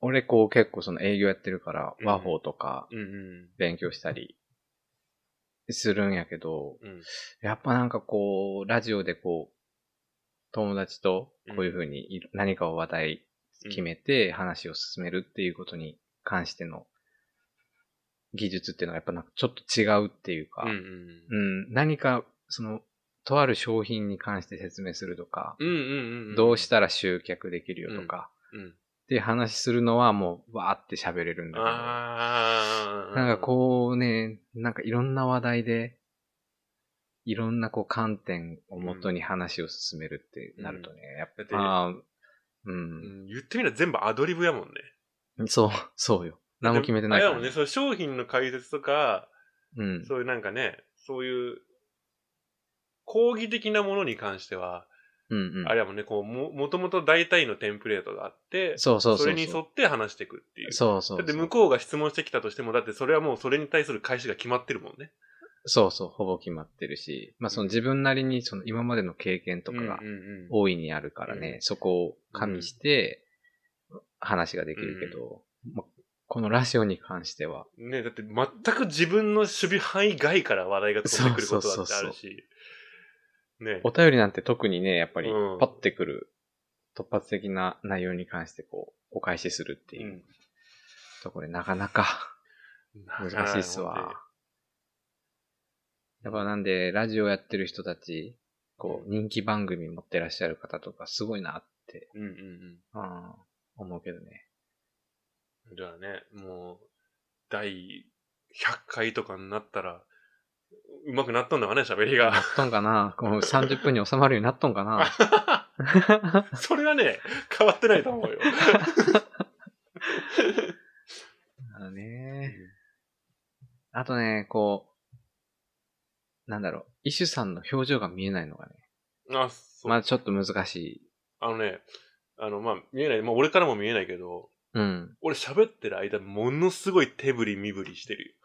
俺こう結構その営業やってるから、
うん
和法とか
うん
勉強したりするんやけど、
うん。うん。
やっぱなんかこう、ラジオでこう、友達とこういうふうにい何かを話題決めて話を進めるっていうことに関しての技術っていうのはやっぱなんかちょっと違うっていうか、
うん
うん、何かその、とある商品に関して説明するとか、
うんうん。うんうんうん。
どうしたら集客できるよとか、
うん。
っていう話するのはもう、わーって喋れるんだけど。
ああ。
なんかこうね、なんかいろんな話題で、いろんなこう観点をもとに話を進めるってなるとね、やっ
だって
ぱ、う、
うんん言ってみれば全部アドリブやもんね。
そう、そうよ。何も決めてないか
あれ
ら、
やもんね、その商品の解説とか、
うん。
そういうなんかね、そういう、講義的なものに関しては、
うんうん。
あれやもんね、こう、も、もともと大体のテンプレートがあって、
そうそうそう。
れに沿って話していくっていう。
そうそうそう。
だって向こうが質問してきたとしても、だってそれはもうそれに対する返しが決まってるもんね。
そうそう、ほぼ決まってるし、まあその自分なりにその今までの経験とかが
うんうんうん
大いにあるからね、
うん
そこを加味して話ができるけど、まあこのラジオに関しては、
ね、だって全く自分の守備範囲外から話題が飛んでくることだってあるし。ね。
お便りなんて特にね、やっぱり
うん
パッてくる突発的な内容に関してこう、お返しするって
う
いうんところで、なかなか 難しいっすわ。。やっぱなんで、ラジオやってる人たち、こう、人気番組持ってらっしゃる方とか、すごいなって、
うんうんうん。
うん、思うけどね。
じゃあね、もう、第100回とかになったら、うまくなったんだわね、喋りが。
なっとんかなこの30分に収まるようになっとんかな
それはね、変わってないと思 うよ。
あねあとね、こう、なんだろう、イシュさんの表情が見えないのがね、
あ、そう。
まあちょっと難しい。
あのね、あの、まあ、見えない、まあ、俺からも見えないけど、
うん。
俺喋ってる間、ものすごい手振り身振りしてるよ。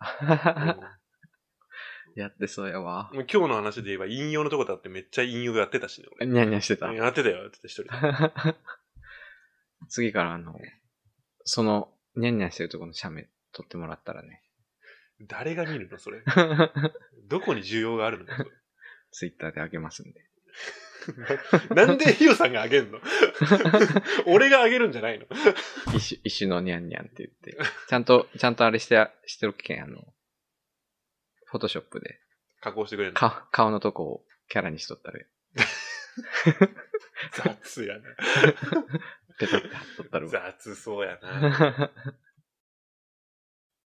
やってそうやわ
うん。もう今日の話で言えば、引用のとこだってめっちゃ引用やってたしね、
ニャンニャンしてた
俺。。やってたよ、やってた一人で。
次からあの、その、ニャンニャンしてるところの写メ撮ってもらったらね、
誰が見るの、それ。どこに需要があるのそれ
ツイッターであげますんで。
なんでヒヨさんがあげんの俺があげるんじゃないの
イシュ、イシュのニャンニャンって言って。ちゃんと、ちゃんとあれして、してるけん、あの、フォトショップで。
加工してくれるの
か、顔のとこをキャラにしとったら、
雑や
ペタって貼っとった
な。
ら。
雑そうやな。